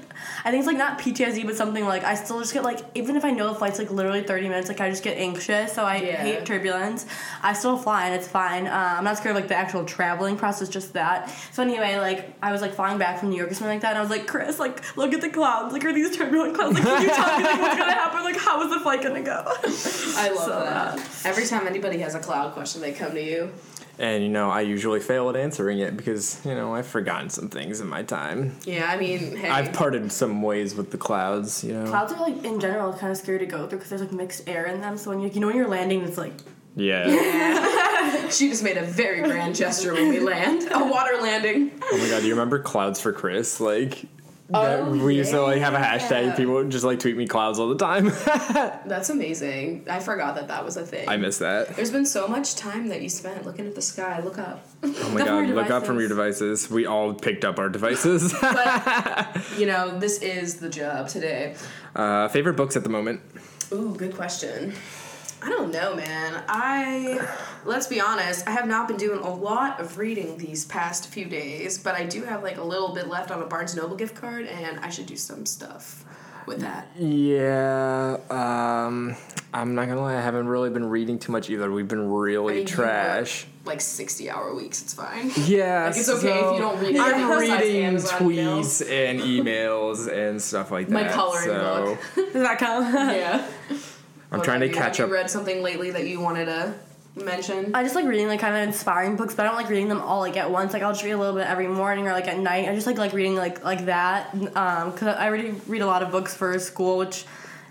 Speaker 4: I think it's like not PTSD, but something like I still just get like even if I know the flight's like literally thirty minutes, like I just get anxious. So I
Speaker 2: Yeah.
Speaker 4: hate turbulence. I still fly and it's fine. Uh, I'm not scared of like the actual traveling process, just that. So anyway, like I was like flying back from New York or something like that, and I was like, Chris, like look at the clouds. Like are these turbulent clouds? Like can you tell me like what's gonna happen? Like how is the flight gonna go?
Speaker 2: I love
Speaker 4: So
Speaker 2: that. Every time anybody has a cloud question, they come to you.
Speaker 3: And you know, I usually fail at answering it because you know I've forgotten some things in my time.
Speaker 2: Yeah, I mean, hey,
Speaker 3: I've parted some ways with the clouds. You know.
Speaker 4: Clouds are like in general kind of scary to go through because there's like mixed air in them. So when you you know when you're landing, it's like
Speaker 3: Yeah.
Speaker 2: she just made a very grand gesture when we land a water landing.
Speaker 3: oh my god, do you remember clouds for Chris? Like. That
Speaker 2: Oh,
Speaker 3: we used to like have a
Speaker 2: yeah.
Speaker 3: hashtag. People would just like tweet me clouds all the time.
Speaker 2: That's amazing. I forgot that that was a thing.
Speaker 3: I miss that.
Speaker 2: There's been so much time that you spent looking at the sky. Look up.
Speaker 3: Oh my
Speaker 4: Look up from
Speaker 3: god!
Speaker 4: your
Speaker 3: Look up from your devices. We all picked up our devices.
Speaker 2: You know, this is the job today.
Speaker 3: uh, favorite books at the moment.
Speaker 2: Ooh, good question. I don't know, man. I let's be honest, I have not been doing a lot of reading these past few days, but I do have like a little bit left on a Barnes Noble gift card and I should do some stuff with that.
Speaker 3: Yeah, um, I'm not gonna lie. I haven't really been reading too much either. We've been really
Speaker 2: I mean, you work,
Speaker 3: trash.
Speaker 2: Like 60 hour weeks, it's fine.
Speaker 3: Yeah,
Speaker 2: Like, it's okay if you don't read anything
Speaker 3: I'm
Speaker 2: besides
Speaker 3: reading
Speaker 2: Amazon
Speaker 3: tweets and emails and stuff like that.
Speaker 2: My coloring
Speaker 3: so
Speaker 2: book.
Speaker 4: does that count?
Speaker 2: yeah.
Speaker 3: I'm trying to
Speaker 2: have
Speaker 3: catch
Speaker 2: you
Speaker 3: up.
Speaker 2: read something lately that you wanted to mention?
Speaker 4: I just like reading like kind of inspiring books, but I don't like reading them all like at once. Like I'll just read a little bit every morning or like at night. I just like like reading like like that um because I already read a lot of books for school, which.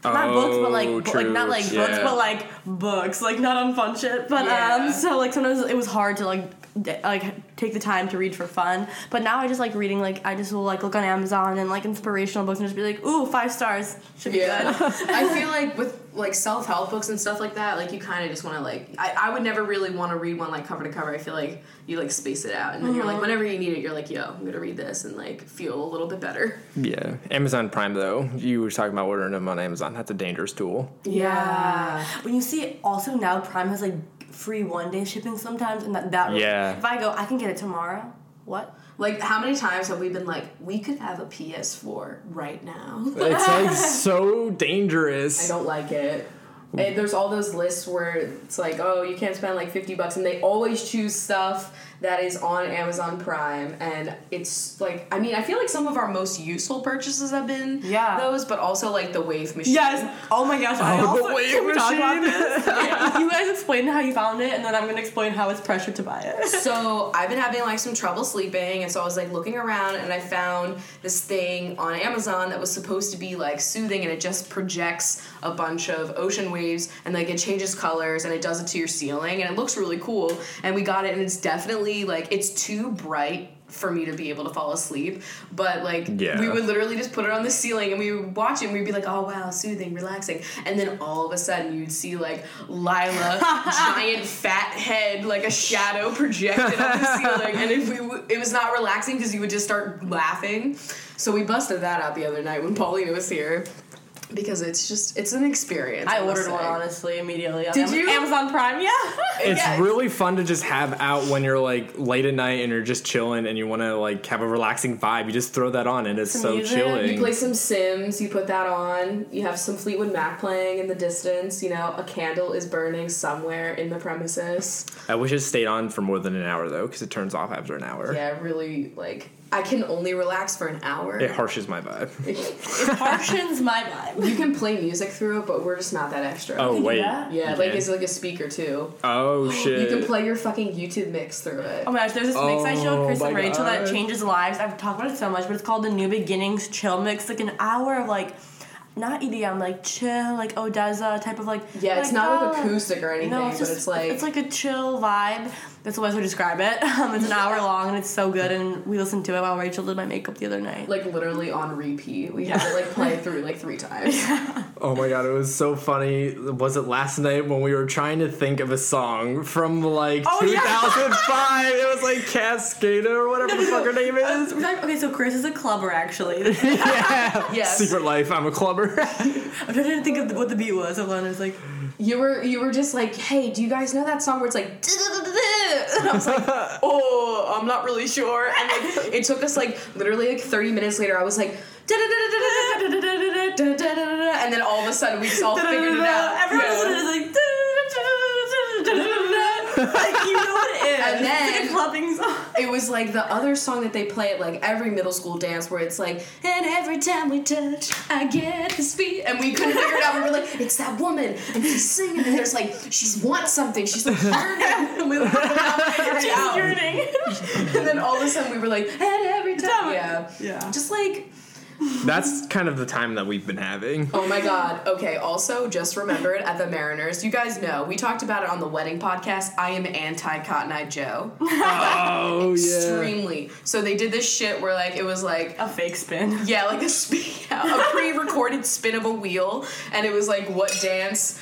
Speaker 4: Not books, but like
Speaker 3: Oh,
Speaker 4: bo- like not
Speaker 3: true,
Speaker 4: like books,
Speaker 3: yeah.
Speaker 4: but like books, like not on fun shit. But
Speaker 2: Yeah.
Speaker 4: um, so like sometimes it was hard to like d- like take the time to read for fun. But now I just like reading like I just will like look on Amazon and like inspirational books and just be like, ooh, five stars should be
Speaker 2: Yeah.
Speaker 4: good.
Speaker 2: I feel like with like self help books and stuff like that, like you kind of just want to like. I, I would never really want to read one like cover to cover. I feel like you like space it out, and then you're like whenever you need it, you're like, yo, I'm gonna read this and like feel a little bit better.
Speaker 3: Yeah, Amazon Prime though. You were talking about ordering them on Amazon. That's a dangerous tool.
Speaker 2: Yeah.
Speaker 4: When you see also now Prime has like free one day shipping sometimes, and that that
Speaker 3: Yeah.
Speaker 4: If I go, I can get it tomorrow. What?
Speaker 2: Like how many times have we been like, we could have a PS4 right now?
Speaker 3: It's like so dangerous.
Speaker 2: I don't like it. And there's all those lists where it's like, oh, you can't spend like 50 bucks, and they always choose stuff that is on Amazon Prime. And it's like, I mean, I feel like some of our most useful purchases have been
Speaker 4: Yeah.
Speaker 2: those, but also like the Wave machine.
Speaker 4: Yes. Oh my gosh. I
Speaker 3: Oh, the
Speaker 4: also,
Speaker 3: weight
Speaker 4: can we talk about
Speaker 3: machine.
Speaker 4: this? You guys explain how you found it, and then I'm gonna explain how it's pressured to buy it.
Speaker 2: So I've been having like some trouble sleeping, and so I was like looking around, and I found this thing on Amazon that was supposed to be like soothing, and it just projects a bunch of ocean waves, and like it changes colors, and it does it to your ceiling, and it looks really cool. And we got it, and it's definitely like it's too bright. For me to be able to fall asleep, but like
Speaker 3: Yeah.
Speaker 2: we would literally just put it on the ceiling and we would watch it and we'd be like, oh wow, soothing, relaxing. And then all of a sudden you'd see like Lila, giant fat head, like a shadow projected on the ceiling. And if we, w- it was not relaxing because you would just start laughing. So we busted that out the other night when Paulina was here. because it's just it's an experience.
Speaker 4: I
Speaker 2: must
Speaker 4: ordered one
Speaker 2: say.
Speaker 4: honestly immediately. On
Speaker 2: Did
Speaker 4: Am-
Speaker 2: you?
Speaker 4: Amazon Prime? Yeah.
Speaker 3: It's
Speaker 2: Yeah.
Speaker 3: really fun to just have out when you're like late at night and you're just chilling and you want to like have a relaxing vibe. You just throw that on and it's
Speaker 4: Some
Speaker 3: so
Speaker 4: music.
Speaker 3: chilling.
Speaker 2: You play some Sims, you put that on, you have some Fleetwood Mac playing in the distance, you know, a candle is burning somewhere in the premises.
Speaker 3: I wish it stayed on for more than an hour though, because it turns off after an hour.
Speaker 2: Yeah, really, like, I can only relax for an hour.
Speaker 3: It harshes my vibe.
Speaker 2: you
Speaker 4: It harshens my vibe.
Speaker 2: can play music through it, but we're just not that extra.
Speaker 3: Oh
Speaker 4: do
Speaker 3: wait.
Speaker 4: that?
Speaker 2: Yeah,
Speaker 3: You
Speaker 2: like
Speaker 3: can?
Speaker 2: it's like a speaker too.
Speaker 3: Oh
Speaker 2: You
Speaker 3: shit.
Speaker 2: can play your fucking YouTube mix through it.
Speaker 4: Oh my gosh, there's this mix I
Speaker 3: Oh
Speaker 4: showed Chris and
Speaker 3: my
Speaker 4: Rachel that
Speaker 3: God.
Speaker 4: changes lives. I've talked about it so much, but it's called the New Beginnings Chill Mix. Like an hour of like, not EDM, like chill, like Odessa type of like.
Speaker 2: Yeah, it's
Speaker 4: like,
Speaker 2: not like
Speaker 4: ah.
Speaker 2: acoustic or anything,
Speaker 4: No, it's just
Speaker 2: but it's like
Speaker 4: it's like a chill vibe. That's the best way to describe it. Um, it's an hour long and it's so good. And we listened to it while Rachel did my makeup the other night.
Speaker 2: like literally on repeat. We had it like play through like three times.
Speaker 3: Oh my god, it was so funny. Was it last night when we were trying to think of a song from like
Speaker 4: Oh, yeah.
Speaker 3: 2005? it was like Cascada or whatever the fuck her name is.
Speaker 4: okay, so Chris is a clubber actually.
Speaker 3: yeah.
Speaker 2: Yes.
Speaker 3: Secret Life, I'm a clubber.
Speaker 4: I'm trying to think of what the beat was. So Lana's like,
Speaker 2: You were you were just like, hey, do you guys know that song where it's like and I was like, oh, I'm not really sure. And like it took us like literally like 30 minutes later, I was like and then all of a sudden we just all figured it out.
Speaker 4: Everyone
Speaker 2: Yeah.
Speaker 4: listening is like, like you know what it is.
Speaker 2: And
Speaker 4: it's like
Speaker 2: then-
Speaker 4: a clubbing song.
Speaker 2: It was like the other song that they play at like every middle school dance where it's like, and every time we touch, I get this beat. And we couldn't figure it out. We were like, it's that woman. And she's singing, and there's like, she's wants something. She's like, yearning. And we were like,
Speaker 4: She's
Speaker 2: out.
Speaker 4: yearning.
Speaker 2: And then all of a sudden we were like, and every time. Yeah.
Speaker 4: Yeah.
Speaker 2: Just like,
Speaker 3: That's kind of the time that we've been having.
Speaker 2: oh my god. Okay, also just remember it at the Mariners. You guys know, we talked about it on the wedding podcast. I am anti Cotton Eye Joe.
Speaker 3: Oh
Speaker 2: Extremely. So they did this shit where like it was like
Speaker 4: A fake spin.
Speaker 2: Yeah, like a spin, a pre-recorded spin of a wheel, and it was like what dance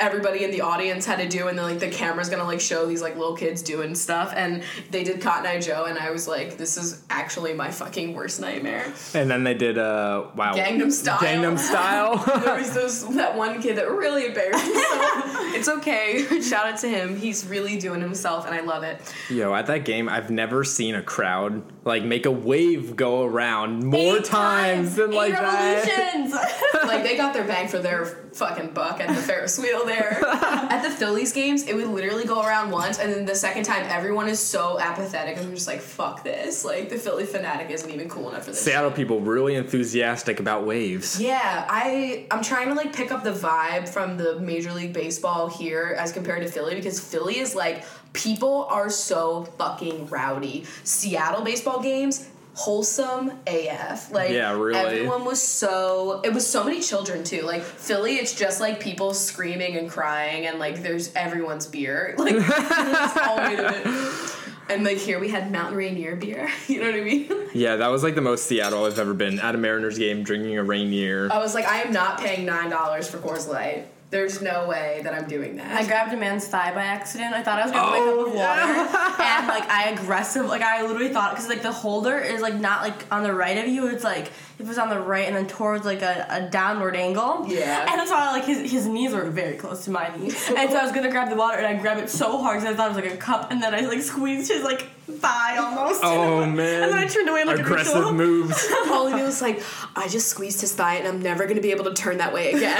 Speaker 2: everybody in the audience had to do, and then like the camera's gonna like show these like little kids doing stuff, and they did Cotton Eye Joe, and I was like, this is actually my fucking worst nightmare.
Speaker 3: And then they did uh wow
Speaker 2: Gangnam Style.
Speaker 3: Gangnam Style.
Speaker 2: There was those that one kid that really embarrassed me. So it's okay. Shout out to him. He's really doing himself, and I love it.
Speaker 3: Yo, at that game, I've never seen a crowd like make a wave go around more
Speaker 4: Eight
Speaker 3: times than
Speaker 4: eight
Speaker 3: like that.
Speaker 4: revolutions.
Speaker 2: like they got their bang for their fucking buck at the Ferris wheel there. at the Phillies games, it would literally go around once, and then the second time, everyone is so apathetic. I'm just like, fuck this. Like the Philly fanatic isn't even cool enough for this.
Speaker 3: Seattle people really enthusiastic about waves.
Speaker 2: Yeah, I I'm trying to like pick up the vibe from the Major League Baseball here as compared to Philly because Philly is like people are so fucking rowdy. Seattle baseball games wholesome AF. Like
Speaker 3: Yeah, really.
Speaker 2: everyone was so it was so many children too. Like Philly it's just like people screaming and crying and like there's everyone's beer. Like it's all made of it. And like here we had Mountain Rainier beer. You know what I mean?
Speaker 3: Yeah, that was like the most Seattle I've ever been at a Mariners game drinking a Rainier.
Speaker 2: I was like, I am not paying nine dollars for Coors Light. There's no way that I'm doing
Speaker 4: I
Speaker 2: that.
Speaker 4: grabbed a man's thigh by accident. I thought I was grabbing my cup
Speaker 3: Oh,
Speaker 4: of water, and like I aggressive, like I literally thought because like the holder is like not like on the right of you. It's like if it was on the right and then towards like a, a downward angle.
Speaker 2: Yeah.
Speaker 4: And that's why like his, his knees were very close to my knees, and so I was gonna grab the water and I grabbed it so hard because I thought it was like a cup, and then I like squeezed his like thigh almost.
Speaker 3: oh man.
Speaker 4: And then I turned away like
Speaker 3: Aggressive
Speaker 4: a Rachel.
Speaker 3: moves.
Speaker 2: Paulie was like, I just squeezed his thigh and I'm never gonna be able to turn that way again.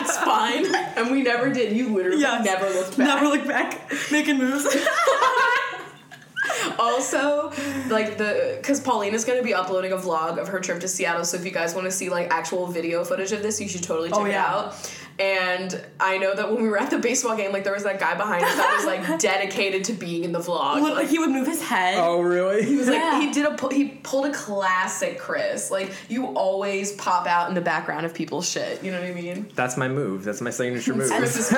Speaker 2: it's fine. And we never did. You literally
Speaker 4: Yes.
Speaker 2: never looked back.
Speaker 4: Never look back, making moves.
Speaker 2: also like the because paulina's going to be uploading a vlog of her trip to seattle so if you guys want to see like actual video footage of this you should totally check
Speaker 4: Oh, yeah.
Speaker 2: it out and i know that when we were at the baseball game like there was that guy behind us that was like dedicated to being in the vlog
Speaker 4: Look, like he would move his head.
Speaker 3: oh really?
Speaker 2: He was like
Speaker 4: Yeah.
Speaker 2: he did a pu- he pulled a classic Chris. Like you always pop out in the background of people's shit. You know what I mean?
Speaker 3: That's my move. That's my signature move.
Speaker 2: Chris is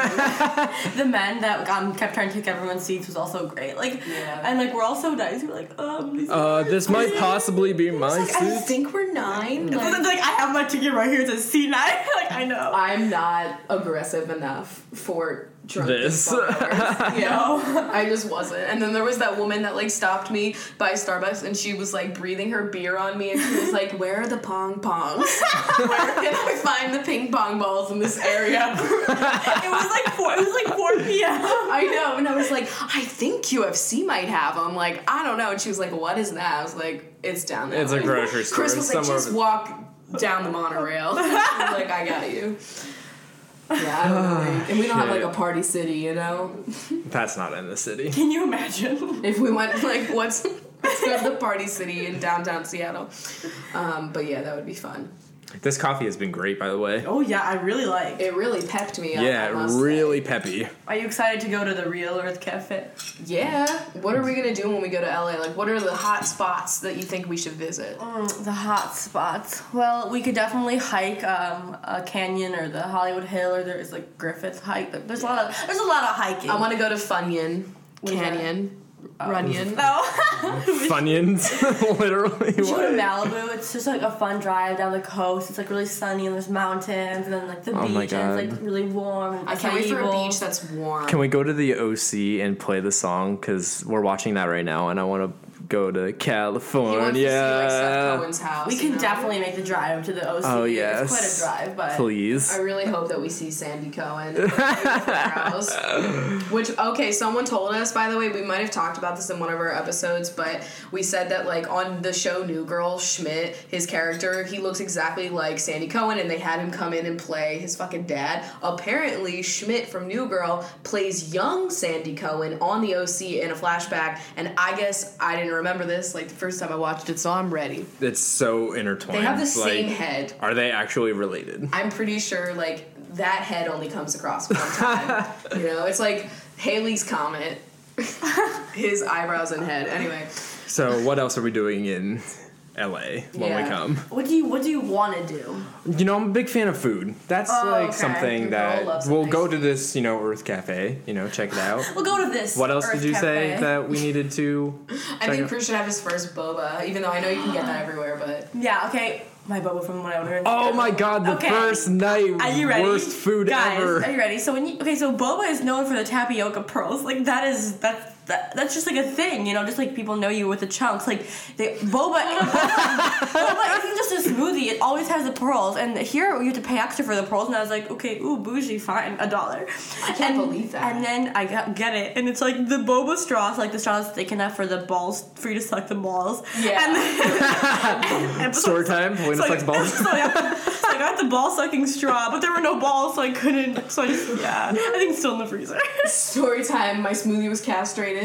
Speaker 4: the men that um, kept trying to take everyone's seats was also great. Like,
Speaker 2: Yeah.
Speaker 4: and like we're all so nice. We're like, um, these
Speaker 3: Uh, this might possibly be my
Speaker 2: like, I
Speaker 3: suit.
Speaker 2: think we're nine.
Speaker 4: but then,
Speaker 2: Like,
Speaker 4: like I have my ticket right here. It says C nine. like I know.
Speaker 2: I'm not aggressive enough for drunk
Speaker 3: This.
Speaker 2: as fuck. you know i just wasn't and then there was that woman that like stopped me by starbucks and she was like breathing her beer on me and she was like where are the pong pongs where can i find the ping pong balls in this area
Speaker 4: It was like four. It was like four p.m.
Speaker 2: I know, and I was like, I think UFC might have them. Like, I don't know. And she was like, What is that? I was like, It's down there.
Speaker 3: It's a
Speaker 2: Like,
Speaker 3: grocery store.
Speaker 2: Chris
Speaker 3: It's
Speaker 2: was like,
Speaker 3: somewhere-
Speaker 2: Just walk down the monorail. She was like, I got you. Yeah, I don't know. like- and we don't have like
Speaker 3: Shit.
Speaker 2: a party city, you know.
Speaker 3: That's not in the city.
Speaker 4: Can you imagine?
Speaker 2: If we went like, what's let's go to the party city in downtown Seattle. Um, but yeah, that would be fun.
Speaker 3: This coffee has been great, by the way.
Speaker 4: Oh yeah, I really like.
Speaker 2: It really pepped me up.
Speaker 3: yeah,
Speaker 2: I must say.
Speaker 3: really peppy.
Speaker 4: Are you excited to go to the Real Earth Cafe?
Speaker 2: Yeah. What are we gonna do when we go to LA? Like, what are the hot spots that you think we should visit?
Speaker 4: Mm, the hot spots. Well, we could definitely hike um, a canyon or the Hollywood Hill or there's like Griffith Hike. There- There's a lot of there's a lot of hiking.
Speaker 2: I want to go to Funyun
Speaker 4: is that?
Speaker 2: Canyon, Runyon.
Speaker 4: Uh, no.
Speaker 3: Funyuns, literally.
Speaker 4: You go to
Speaker 3: what?
Speaker 4: Malibu, it's just like a fun drive down the coast. It's like really sunny and there's mountains and then like the
Speaker 3: Oh
Speaker 4: beach
Speaker 3: my
Speaker 4: and it's
Speaker 3: God.
Speaker 4: like really warm. And
Speaker 2: I can't wait for a
Speaker 4: acai
Speaker 2: beach that's warm.
Speaker 3: Can we go to the OC and play the song? Because we're watching that right now, and I want to go to
Speaker 2: he wants
Speaker 3: California.
Speaker 2: to see like Seth Cohen's house.
Speaker 4: We
Speaker 2: you
Speaker 4: can
Speaker 2: know?
Speaker 4: definitely make the drive to the OC.
Speaker 3: Oh yes,
Speaker 4: It's quite a drive, but
Speaker 2: I
Speaker 3: please.
Speaker 2: really hope that we see Sandy Cohen. in House. Which okay, someone told us by the way, we might have talked about this in one of our episodes, but we said that like on the show New Girl, Schmidt, his character, he looks exactly like Sandy Cohen and they had him come in and play his fucking dad. Apparently, Schmidt from New Girl plays young Sandy Cohen on the OC in a flashback, and I guess I didn't remember this like the first time I watched it, so I'm ready.
Speaker 3: It's so intertwined.
Speaker 2: They have the
Speaker 3: like,
Speaker 2: same head.
Speaker 3: Are they actually related?
Speaker 2: I'm pretty sure like that head only comes across one time. you know, it's like Haley's comet. His eyebrows and head. Anyway,
Speaker 3: So what else are we doing in LA when we
Speaker 2: Yeah.
Speaker 3: come?
Speaker 4: what do you what do you want to do?
Speaker 3: You know, I'm a big fan of food. That's
Speaker 4: Oh,
Speaker 3: like
Speaker 4: okay.
Speaker 3: something
Speaker 2: Your
Speaker 3: that
Speaker 2: girl loves
Speaker 3: we'll
Speaker 2: nice
Speaker 3: go to this, you know, Earth Cafe. You know, check it out.
Speaker 4: We'll go to this.
Speaker 3: What else
Speaker 4: Earth
Speaker 3: did you
Speaker 4: Cafe.
Speaker 3: say that we needed to?
Speaker 2: I
Speaker 3: check
Speaker 2: think
Speaker 3: out?
Speaker 2: Chris should have his first boba, even though I know you can get that everywhere. But
Speaker 4: Yeah. Okay. My boba from what I ordered.
Speaker 3: Oh my god, the
Speaker 4: Okay.
Speaker 3: first night.
Speaker 4: Are you ready?
Speaker 3: Worst food
Speaker 4: Guys,
Speaker 3: ever.
Speaker 4: Are you ready? So when you okay, so boba is known for the tapioca pearls. Like that is that's that, that's just like a thing, you know. Just like people know you with the chunks. Like they boba, boba isn't just a smoothie. It always has the pearls. And here you have to pay extra for the pearls. And I was like, okay, ooh, bougie, fine, a dollar. I
Speaker 2: can't
Speaker 4: and,
Speaker 2: believe that.
Speaker 4: And then I got, get it, and it's like the boba straws, like the straws thick enough for the balls for you to suck the balls.
Speaker 2: Yeah.
Speaker 4: And then, and so-
Speaker 3: Story time. When
Speaker 4: so
Speaker 3: it's like balls.
Speaker 4: so I, got, so I got the ball sucking straw, but there were no balls, so I couldn't. So I just yeah, I think it's still in the freezer.
Speaker 2: story time: my smoothie was castrated.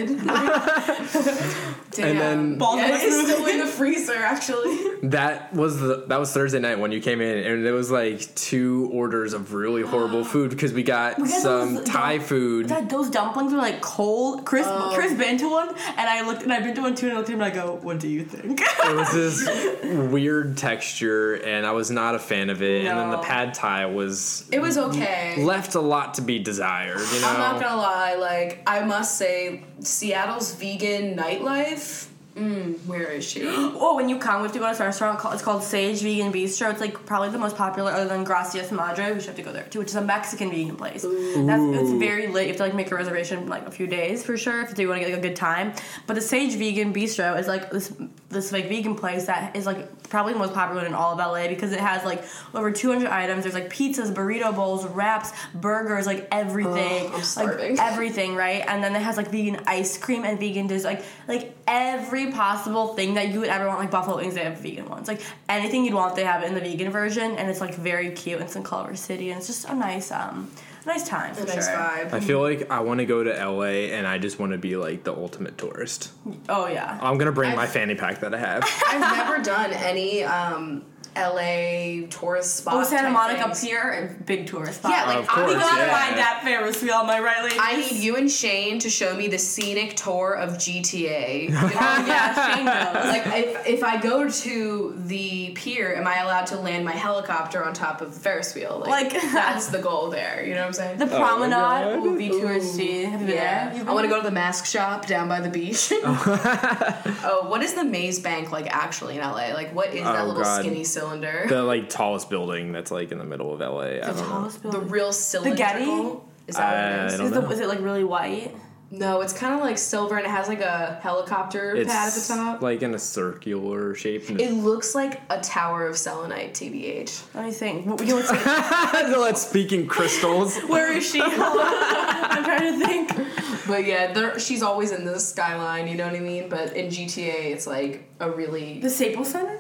Speaker 2: Damn.
Speaker 3: then-
Speaker 4: Balls in
Speaker 2: yeah,
Speaker 4: my
Speaker 2: it's still
Speaker 4: smoothie.
Speaker 2: in the freezer. Actually,
Speaker 3: That was the, that was Thursday night when you came in, and there was like two orders of really horrible food because we got
Speaker 4: got
Speaker 3: some
Speaker 4: those-
Speaker 3: Thai food.
Speaker 4: God, those dumplings were like cold. Chris Chris been to one, and I looked and I've been to one too, and I looked at him and I go, "What do you think?"
Speaker 3: It was this weird texture, and I was not a fan of it. And then the
Speaker 4: No.
Speaker 3: pad thai was
Speaker 2: it was okay.
Speaker 3: left a lot to be desired. You know,
Speaker 2: I'm not gonna lie, like I must say, Seattle's vegan nightlife. Mm, where is she?
Speaker 4: oh, when you come, we have to go to this restaurant. Called, it's called Sage Vegan Bistro. It's like probably the most popular, other than Gracias Madre. We should have to go there too, which is a Mexican vegan place. That's it's very lit. You have to like make a reservation in, like a few days for sure if you want to get like, a good time. But the Sage Vegan Bistro is like this this like vegan place that is like probably the most popular in all of LA because it has like over 200 items. There's like pizzas, burrito bowls, wraps, burgers, like everything.
Speaker 2: Ugh, Oh, I'm
Speaker 4: like
Speaker 2: starving.
Speaker 4: everything, right? And then it has like vegan ice cream and vegan dish, like like every possible thing that you would ever want. Like buffalo wings, they have vegan ones. Like anything you'd want, they have it in the vegan version, and it's like very cute. It's in Culver City, and it's just a nice um nice time for
Speaker 2: A
Speaker 4: sure.
Speaker 2: nice vibe.
Speaker 3: I feel like I want to go to LA, and I just want to be like the ultimate tourist.
Speaker 4: Oh yeah.
Speaker 3: I'm gonna bring my
Speaker 2: I've-
Speaker 3: fanny pack that I have.
Speaker 2: I've never done any um, LA tourist spot.
Speaker 4: Oh, Santa
Speaker 2: type
Speaker 4: Monica
Speaker 2: things.
Speaker 4: Pier, a big tourist spot.
Speaker 2: Yeah, like
Speaker 3: Of course,
Speaker 4: we
Speaker 2: I,
Speaker 4: gotta
Speaker 3: yeah.
Speaker 4: ride that Ferris wheel, am I right, ladies?
Speaker 2: I need you and Shane to show me the scenic tour of GTA. You know?
Speaker 4: Oh, yeah, Shane knows.
Speaker 2: like if, if I go to the pier, am I allowed to land my helicopter on top of the Ferris wheel? Like,
Speaker 4: Like-
Speaker 2: that's the goal there. You know what I'm saying?
Speaker 4: The promenade
Speaker 3: Oh God.
Speaker 4: will be touristy. Have you been
Speaker 2: yeah,
Speaker 4: there? You've
Speaker 2: I
Speaker 4: been
Speaker 2: want to go to the mask shop down by the beach. oh, what is the Maze Bank like actually in LA? Like, what is that
Speaker 3: Oh,
Speaker 2: little
Speaker 3: God.
Speaker 2: skinny cylinder?
Speaker 3: the like tallest building that's like in the middle of LA. I don't know.
Speaker 4: tallest
Speaker 2: Um, The
Speaker 4: building.
Speaker 2: real
Speaker 4: The
Speaker 2: cylinder.
Speaker 4: Getty?
Speaker 2: Is that what it
Speaker 3: I
Speaker 2: is?
Speaker 3: don't
Speaker 4: Is, the,
Speaker 3: know.
Speaker 4: is it like really white?
Speaker 2: No, it's kind of like silver and it has like a helicopter
Speaker 3: It's
Speaker 2: pad at the top.
Speaker 3: like in a circular shape. and
Speaker 2: it looks like a tower of selenite, tbh.
Speaker 4: Let me think. What, you know, what's-
Speaker 3: so that's speaking crystals.
Speaker 4: where is she? I'm trying to think.
Speaker 2: But yeah, there, she's always in the skyline. You know what I mean? But in GTA, it's like a really
Speaker 4: The Staples Center?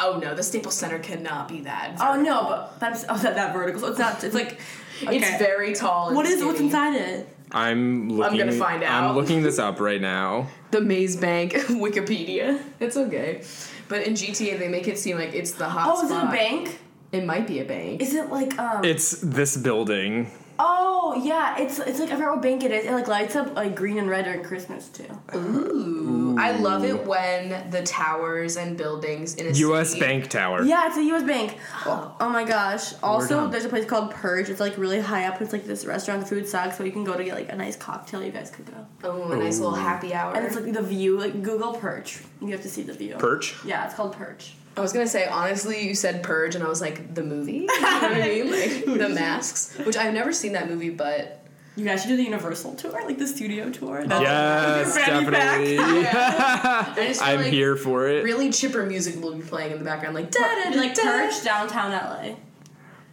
Speaker 2: oh no, the Staples Center cannot be that.
Speaker 4: Oh no, but that's oh that, that vertical. So it's not. It's like
Speaker 2: It's
Speaker 4: okay.
Speaker 2: very tall. And
Speaker 4: What is what's
Speaker 2: skinny.
Speaker 4: inside it?
Speaker 3: I'm looking.
Speaker 2: gonna find out.
Speaker 3: I'm looking this up right now.
Speaker 2: the Maze Bank Wikipedia? It's okay, but in GTA they make it seem like it's the hot.
Speaker 4: Oh, is it a
Speaker 2: spot.
Speaker 4: bank?
Speaker 2: It might be a bank.
Speaker 4: Is it like um?
Speaker 3: It's this building.
Speaker 4: oh yeah, it's it's like I forgot what bank it is. It like lights up like green and red during Christmas too.
Speaker 2: Ooh, I love it when the towers and buildings in a
Speaker 3: U.S.
Speaker 2: city-
Speaker 3: Bank Tower.
Speaker 4: Yeah, it's a U.S. bank. Oh, my gosh! Also,
Speaker 3: done.
Speaker 4: there's a place called Purge. It's like really high up. It's like this restaurant. The food sucks, but you can go to get like a nice cocktail. You guys could go,
Speaker 2: Oh, a nice little happy hour.
Speaker 4: and it's like the view. Like Google Purge. You have to see the view.
Speaker 3: Perch.
Speaker 4: Yeah, it's called Purge.
Speaker 2: I was gonna say honestly, you said Purge, and I was like the movie. You know what I mean? Like the masks, which I've never seen that movie, but
Speaker 4: You guys should do the Universal tour, like the studio tour. That's-
Speaker 3: Yes,
Speaker 4: With your fanny pack.
Speaker 3: definitely.
Speaker 2: I just feel
Speaker 3: I'm
Speaker 2: like
Speaker 3: here for it.
Speaker 2: Really chipper music will be playing in the background, like da da da
Speaker 4: like Purge downtown LA.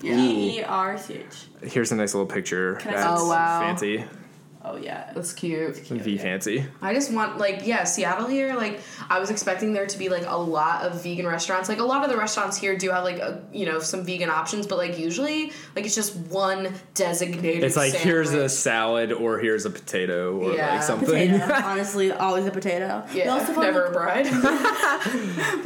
Speaker 4: E E R C H.
Speaker 3: Here's a nice little picture.
Speaker 4: I-
Speaker 3: That's
Speaker 2: Oh, wow.
Speaker 3: fancy.
Speaker 4: Oh yeah.
Speaker 2: That's cute.
Speaker 3: V fancy.
Speaker 2: I just want like yeah, Seattle here. Like I was expecting there to be like a lot of vegan restaurants. Like a lot of the restaurants here do have like a, you know some vegan options, but like usually like it's just one designated.
Speaker 3: It's like here's a
Speaker 2: sandwich.
Speaker 3: salad or here's a potato or
Speaker 2: Yeah.
Speaker 3: like something.
Speaker 4: Potato. Honestly, always a potato. We
Speaker 2: Yeah,
Speaker 4: also found,
Speaker 2: never a bride.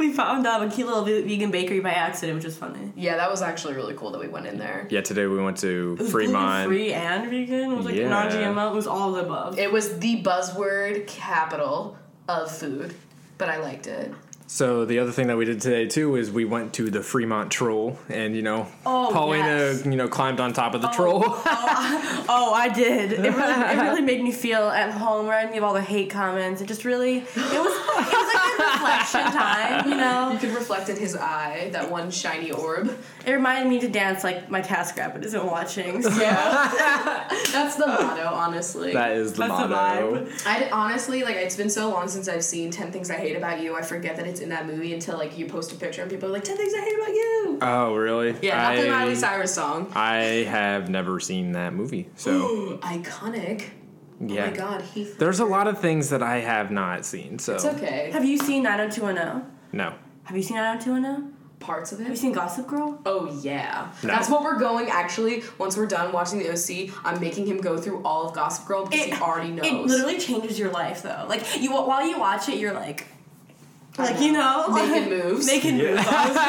Speaker 4: we found um, a cute little ve- vegan bakery by accident, which was funny.
Speaker 2: yeah, that was actually really cool that we went in there.
Speaker 3: yeah, today we went to
Speaker 4: It was
Speaker 3: Fremont.
Speaker 4: Free and vegan. It was like
Speaker 3: Yeah.
Speaker 4: non-GMO. It was all of the above.
Speaker 2: It was the buzzword capital of food, but I liked it.
Speaker 3: So the other thing that we did today too is we went to the Fremont Troll, and you know,
Speaker 4: Oh,
Speaker 3: Paulina,
Speaker 4: yes.
Speaker 3: you know, climbed on top of the troll.
Speaker 4: Oh, I did. It really, it really made me feel at home. Reminded me of all the hate comments. It just really, it was, it was like a reflection time. You
Speaker 2: You
Speaker 4: know,
Speaker 2: could reflect in his eye that one shiny orb.
Speaker 4: it reminded me to dance like my task rabbit isn't watching. So
Speaker 2: Yeah, that's the motto, honestly.
Speaker 3: that is the
Speaker 4: that's the
Speaker 3: motto.
Speaker 4: vibe.
Speaker 2: I honestly like. It's been so long since I've seen Ten Things I Hate About You. I forget that it's in that movie until like you post a picture and people are like Ten Things I Hate About You.
Speaker 3: Oh, really?
Speaker 2: Yeah, not the Miley
Speaker 3: I,
Speaker 2: Cyrus song.
Speaker 3: I have never seen that movie, so
Speaker 2: Iconic.
Speaker 3: yeah.
Speaker 2: Oh my God, he.
Speaker 3: There's a lot of things that I have not seen. So
Speaker 2: It's okay.
Speaker 4: Have you seen 90210?
Speaker 3: no,
Speaker 4: Have you seen 90210?
Speaker 2: Parts of
Speaker 4: Have you
Speaker 2: it.
Speaker 4: seen Gossip Girl?
Speaker 2: Oh yeah,
Speaker 3: No.
Speaker 2: that's what we're going. Actually, once we're done watching the OC, I'm making him go through all of Gossip Girl because he already knows.
Speaker 4: It literally changes your life though. Like you while you watch it, you're like,
Speaker 2: I
Speaker 4: like you know,
Speaker 2: Naked
Speaker 4: like,
Speaker 2: moves.
Speaker 4: Naked moves.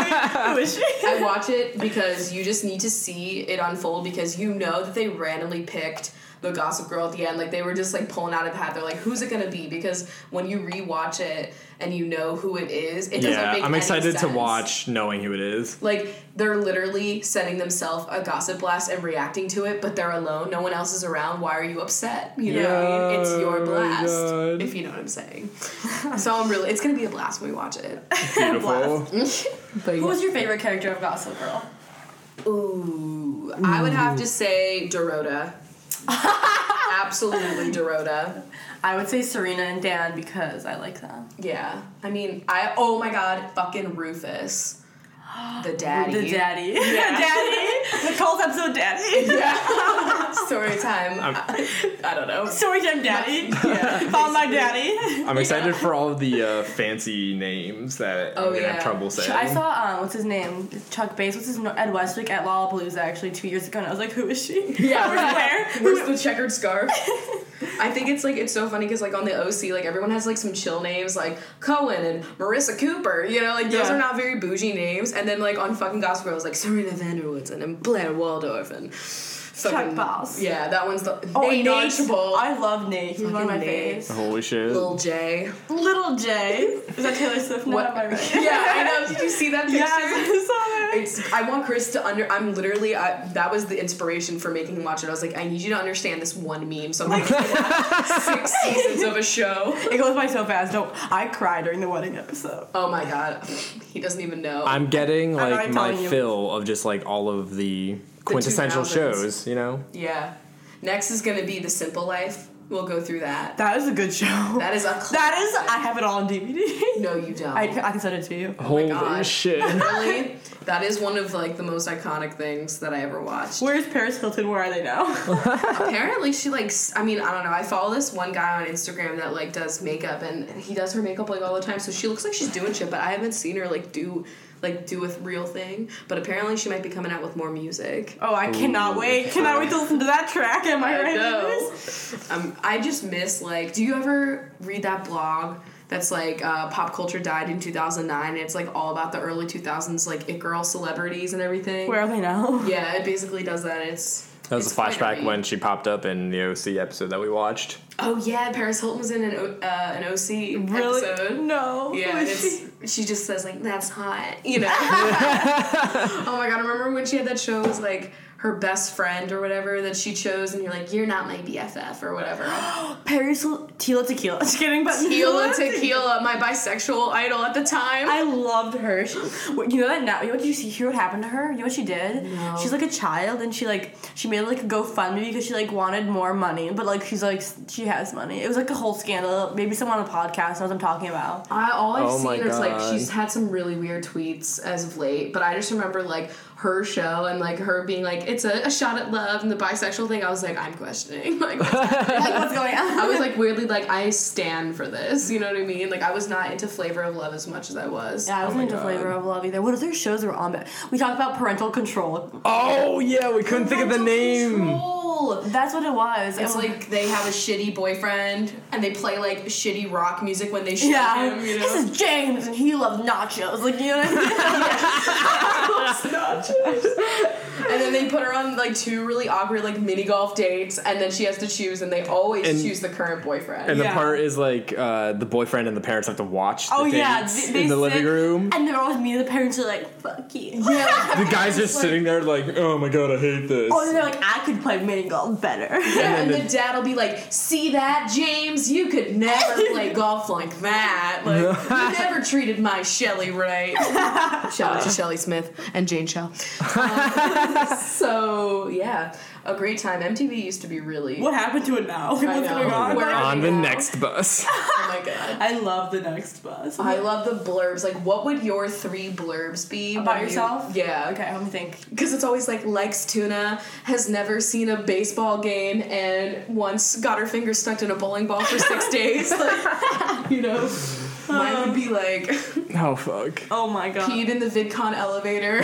Speaker 4: Honestly, I
Speaker 2: I
Speaker 4: wish.
Speaker 2: watch it because you just need to see it unfold because you know that they randomly picked the Gossip Girl at the end. Like they were just like pulling out of a hat. They're like, who's it gonna be? Because when you rewatch it and you know who it is, it doesn't
Speaker 3: yeah,
Speaker 2: make
Speaker 3: I'm
Speaker 2: any
Speaker 3: excited to
Speaker 2: sense.
Speaker 3: watch, knowing who it is.
Speaker 2: Like they're literally sending themselves a gossip blast and reacting to it, but they're alone. No one else is around. Why are you upset? You know, what I mean? it's
Speaker 3: Yeah, oh
Speaker 2: your
Speaker 3: my
Speaker 2: blast,
Speaker 3: God.
Speaker 2: if you know what I'm saying. so I'm really, it's gonna be a blast when we watch it.
Speaker 3: Beautiful.
Speaker 2: But
Speaker 4: Who was your favorite character of Gossip Girl?
Speaker 2: Ooh, I would
Speaker 3: Mm.
Speaker 2: have to say Dorota. Absolutely, Dorota.
Speaker 4: I would say Serena and Dan because I like them.
Speaker 2: Yeah, I mean, I oh my god, fucking Rufus, the daddy.
Speaker 4: The daddy. daddy. The Cole's episode daddy.
Speaker 2: Yeah. Story time.
Speaker 3: I'm-
Speaker 2: I, I don't know.
Speaker 4: Story time daddy.
Speaker 2: Yeah.
Speaker 4: Found my daddy.
Speaker 3: I'm excited for all of the uh, fancy names that
Speaker 2: Oh,
Speaker 3: I'm gonna
Speaker 2: yeah.
Speaker 3: have trouble saying.
Speaker 4: I saw um, what's his name? Chuck Bass. What's his name? Ed Westwick at Lollapalooza actually two years ago, and I was like, who is she?
Speaker 2: Yeah.
Speaker 4: Where?
Speaker 2: Where's the checkered scarf? I think it's like it's so funny because like on the OC, like everyone has like some chill names like Cohen and Marissa Cooper. You know, like those
Speaker 4: Yeah.
Speaker 2: are not very bougie names. And then like on fucking Gossip Girl, it's like Serena Vanderwoodson and Blair Waldorf and fucking
Speaker 4: Boss.
Speaker 2: Yeah, that one's the Nate Archibald,
Speaker 4: I love Oh, Nate. He's one of my
Speaker 2: Fucking Nate.
Speaker 4: faves.
Speaker 3: Holy shit.
Speaker 2: Lil J.
Speaker 4: Little J. Is that Taylor Swift? No,
Speaker 2: What-
Speaker 4: am I right?
Speaker 2: yeah, I know. Did you see that picture?
Speaker 4: Yes, I saw that.
Speaker 2: It's, I want Chris to under. I'm literally. I, that was the inspiration for making him watch it. I was like, I need you to understand this one meme. So I'm like, six seasons of a show.
Speaker 4: It goes by so fast. Don't I cry during the wedding episode?
Speaker 2: Oh my god, he doesn't even know.
Speaker 3: I'm getting
Speaker 4: I'm
Speaker 3: like
Speaker 4: already
Speaker 3: my
Speaker 4: telling you.
Speaker 3: fill of just like all of the quintessential
Speaker 2: 2000s.
Speaker 3: shows, you know?
Speaker 2: yeah, Next is going to be The Simple Life. We'll go through that.
Speaker 4: That is a good show.
Speaker 2: That is a
Speaker 4: That is. I have it all on DVD.
Speaker 2: No, you don't.
Speaker 4: I, I can send it to you.
Speaker 3: Holy
Speaker 2: God.
Speaker 3: shit.
Speaker 2: really, that is one of like the most iconic things that I ever watched.
Speaker 4: Where's Paris Hilton? Where are they now?
Speaker 2: Apparently, she like. s- I mean, I don't know. I follow this one guy on Instagram that like does makeup, and he does her makeup like all the time. So she looks like she's doing shit, but I haven't seen her like do like do a real thing. But apparently, she might be coming out with more music.
Speaker 4: Oh, I cannot
Speaker 3: Ooh.
Speaker 4: wait. Cannot wait to listen to that track. Am I, right?
Speaker 2: know. Um, I just miss like. Do you ever read that blog that's like uh, pop culture died in two thousand nine? and It's like all about the early two thousands, like it girl celebrities and everything.
Speaker 4: Where are they now?
Speaker 2: Yeah, it basically does that. It's
Speaker 3: That was
Speaker 2: it's
Speaker 3: a
Speaker 2: quite
Speaker 3: flashback
Speaker 2: read.
Speaker 3: when she popped up in the OC episode that we watched.
Speaker 2: Oh yeah, Paris Hilton was in an O- uh, an OC
Speaker 4: Really?
Speaker 2: episode.
Speaker 4: No.
Speaker 2: Yeah,
Speaker 4: Was
Speaker 2: it's,
Speaker 4: she-
Speaker 2: she just says like that's hot, you know. oh my god, I remember when she had that show it was like her best friend or whatever that she chose, and you're like you're not my BFF or whatever.
Speaker 4: Paris Hil- Tila Tequila. Just kidding, but
Speaker 2: Tequila Tequila, my bisexual idol at the time.
Speaker 4: I loved her. She, what- you know that now. You know what you see? Hear what happened to her? You know what she did?
Speaker 2: No.
Speaker 4: She's like a child, and she like she made like a GoFundMe because she like wanted more money, but like she's like she has money. It was like a whole scandal. Maybe someone on the podcast knows what I'm talking about.
Speaker 2: I all I've
Speaker 3: Oh my
Speaker 2: seen is like
Speaker 3: God.
Speaker 2: she's had some really weird tweets as of late, but I just remember like her show and like her being like it's a, a shot at love and the bisexual thing. I was like I'm questioning like what's happening?
Speaker 4: Like what's going on?
Speaker 2: I was like weirdly like I stand for this. You know what I mean? Like I was not into Flavor of Love as much as I was.
Speaker 4: Yeah, I wasn't
Speaker 3: my
Speaker 4: into
Speaker 3: God.
Speaker 4: Flavor of Love either. What other shows were on? But we talked about parental control.
Speaker 3: Oh yeah, we couldn't think of the
Speaker 2: Parental
Speaker 3: name.
Speaker 2: control.
Speaker 4: That's what it was.
Speaker 2: It's like they have a shitty boyfriend and they play like shitty rock music when they shoot
Speaker 4: yeah,
Speaker 2: him. You know?
Speaker 4: this is James, and he loves nachos. Like you know, what I mean?
Speaker 2: And then they put her on like two really awkward like mini golf dates, and then she has to choose, and they always
Speaker 3: And-
Speaker 2: choose the current boyfriend.
Speaker 3: And
Speaker 4: Yeah.
Speaker 3: the part is like uh, the boyfriend and the parents have to watch the
Speaker 4: oh yeah,
Speaker 3: dates
Speaker 4: they- they
Speaker 3: in the living
Speaker 4: sit-
Speaker 3: room.
Speaker 4: and they're always me and the parents are like, "Fuck you."
Speaker 3: The guy's just sitting there like, oh my god, I hate this.
Speaker 4: Oh, they're like, I could play mini golf better.
Speaker 2: yeah,
Speaker 3: and
Speaker 2: and,
Speaker 3: then
Speaker 2: the dad will be like, "See that, James? You could never play golf like that. Like, you never treated my Shelly right." Uh. Shout out to Shelly Smith and Jane Shell. Um, so yeah, a great time. MTV used to be really. oh
Speaker 4: What happened to it now? What's
Speaker 2: know.
Speaker 4: going on?
Speaker 2: Where are
Speaker 3: on
Speaker 2: we
Speaker 3: the
Speaker 2: now?
Speaker 3: next bus.
Speaker 2: Oh my god.
Speaker 4: I love the next bus.
Speaker 2: I love the blurbs. Like, what would your three blurbs be
Speaker 4: About
Speaker 2: when you-
Speaker 4: yourself?
Speaker 2: yeah.
Speaker 4: Okay, let me think.
Speaker 2: because it's always like Lex Tuna has never seen a baseball game and once got her finger stuck in a bowling ball for six days. Like, you know, mine would be like
Speaker 3: oh fuck.
Speaker 4: Oh my god.
Speaker 2: peed in the VidCon elevator.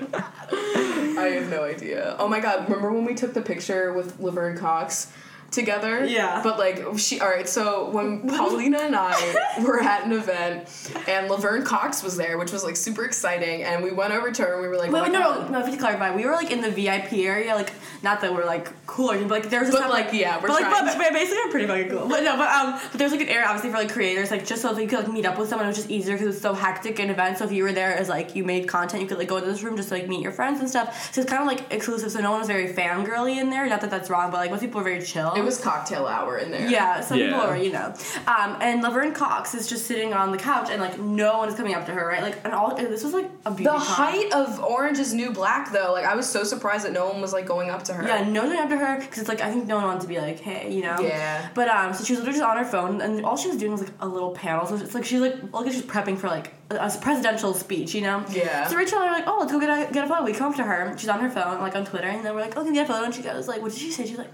Speaker 2: I have no idea. Oh my god! Remember when we took the picture with Laverne Cox? Together,
Speaker 4: Yeah.
Speaker 2: But like she, all right. So when Paulina and I were at an event, and Laverne Cox was there, which was like super exciting, and we went over to her and we were like,
Speaker 4: Wait,
Speaker 2: "Oh
Speaker 4: wait,
Speaker 2: my
Speaker 4: no,
Speaker 2: God."
Speaker 4: no, no. If you clarify, we were like in the VIP area, like not that we're like cool or anything, but like there was just
Speaker 2: But,
Speaker 4: not-
Speaker 2: like, yeah, we're
Speaker 4: but, like,
Speaker 2: trying
Speaker 4: but,
Speaker 2: to-
Speaker 4: but basically we're pretty fucking cool. But no, but um, but there's like an area obviously for like creators, like just so that you could like meet up with someone, it was just easier because it's so hectic an event. So if you were there as like you made content, you could like go into this room just to like meet your friends and stuff. So it's kind of like exclusive. So no one was very fangirly in there. Not that that's wrong, but like most people were very chill.
Speaker 2: It was cocktail hour in there.
Speaker 4: Yeah, some
Speaker 3: Yeah.
Speaker 4: people are, you know. Um, and Laverne Cox is just sitting on the couch, and like no one is coming up to her, right? Like, and all and this was like a beauty.
Speaker 2: The
Speaker 4: con.
Speaker 2: height of Orange is New Black, though, like I was so surprised that no one was like going up to her.
Speaker 4: Yeah, no one went up to her because it's like I think no one wanted to be like, hey, you know.
Speaker 2: Yeah.
Speaker 4: But um, so she was literally just on her phone, and all she was doing was like a little panel. So it's like she's like, look, she's prepping for like a, a presidential speech, you know.
Speaker 2: Yeah.
Speaker 4: So Rachel and I were like, oh, let's go get a get a photo. We come up to her. She's on her phone, like on Twitter, and then we're like, oh, can we get a photo? And she goes like, what did she say? She's like,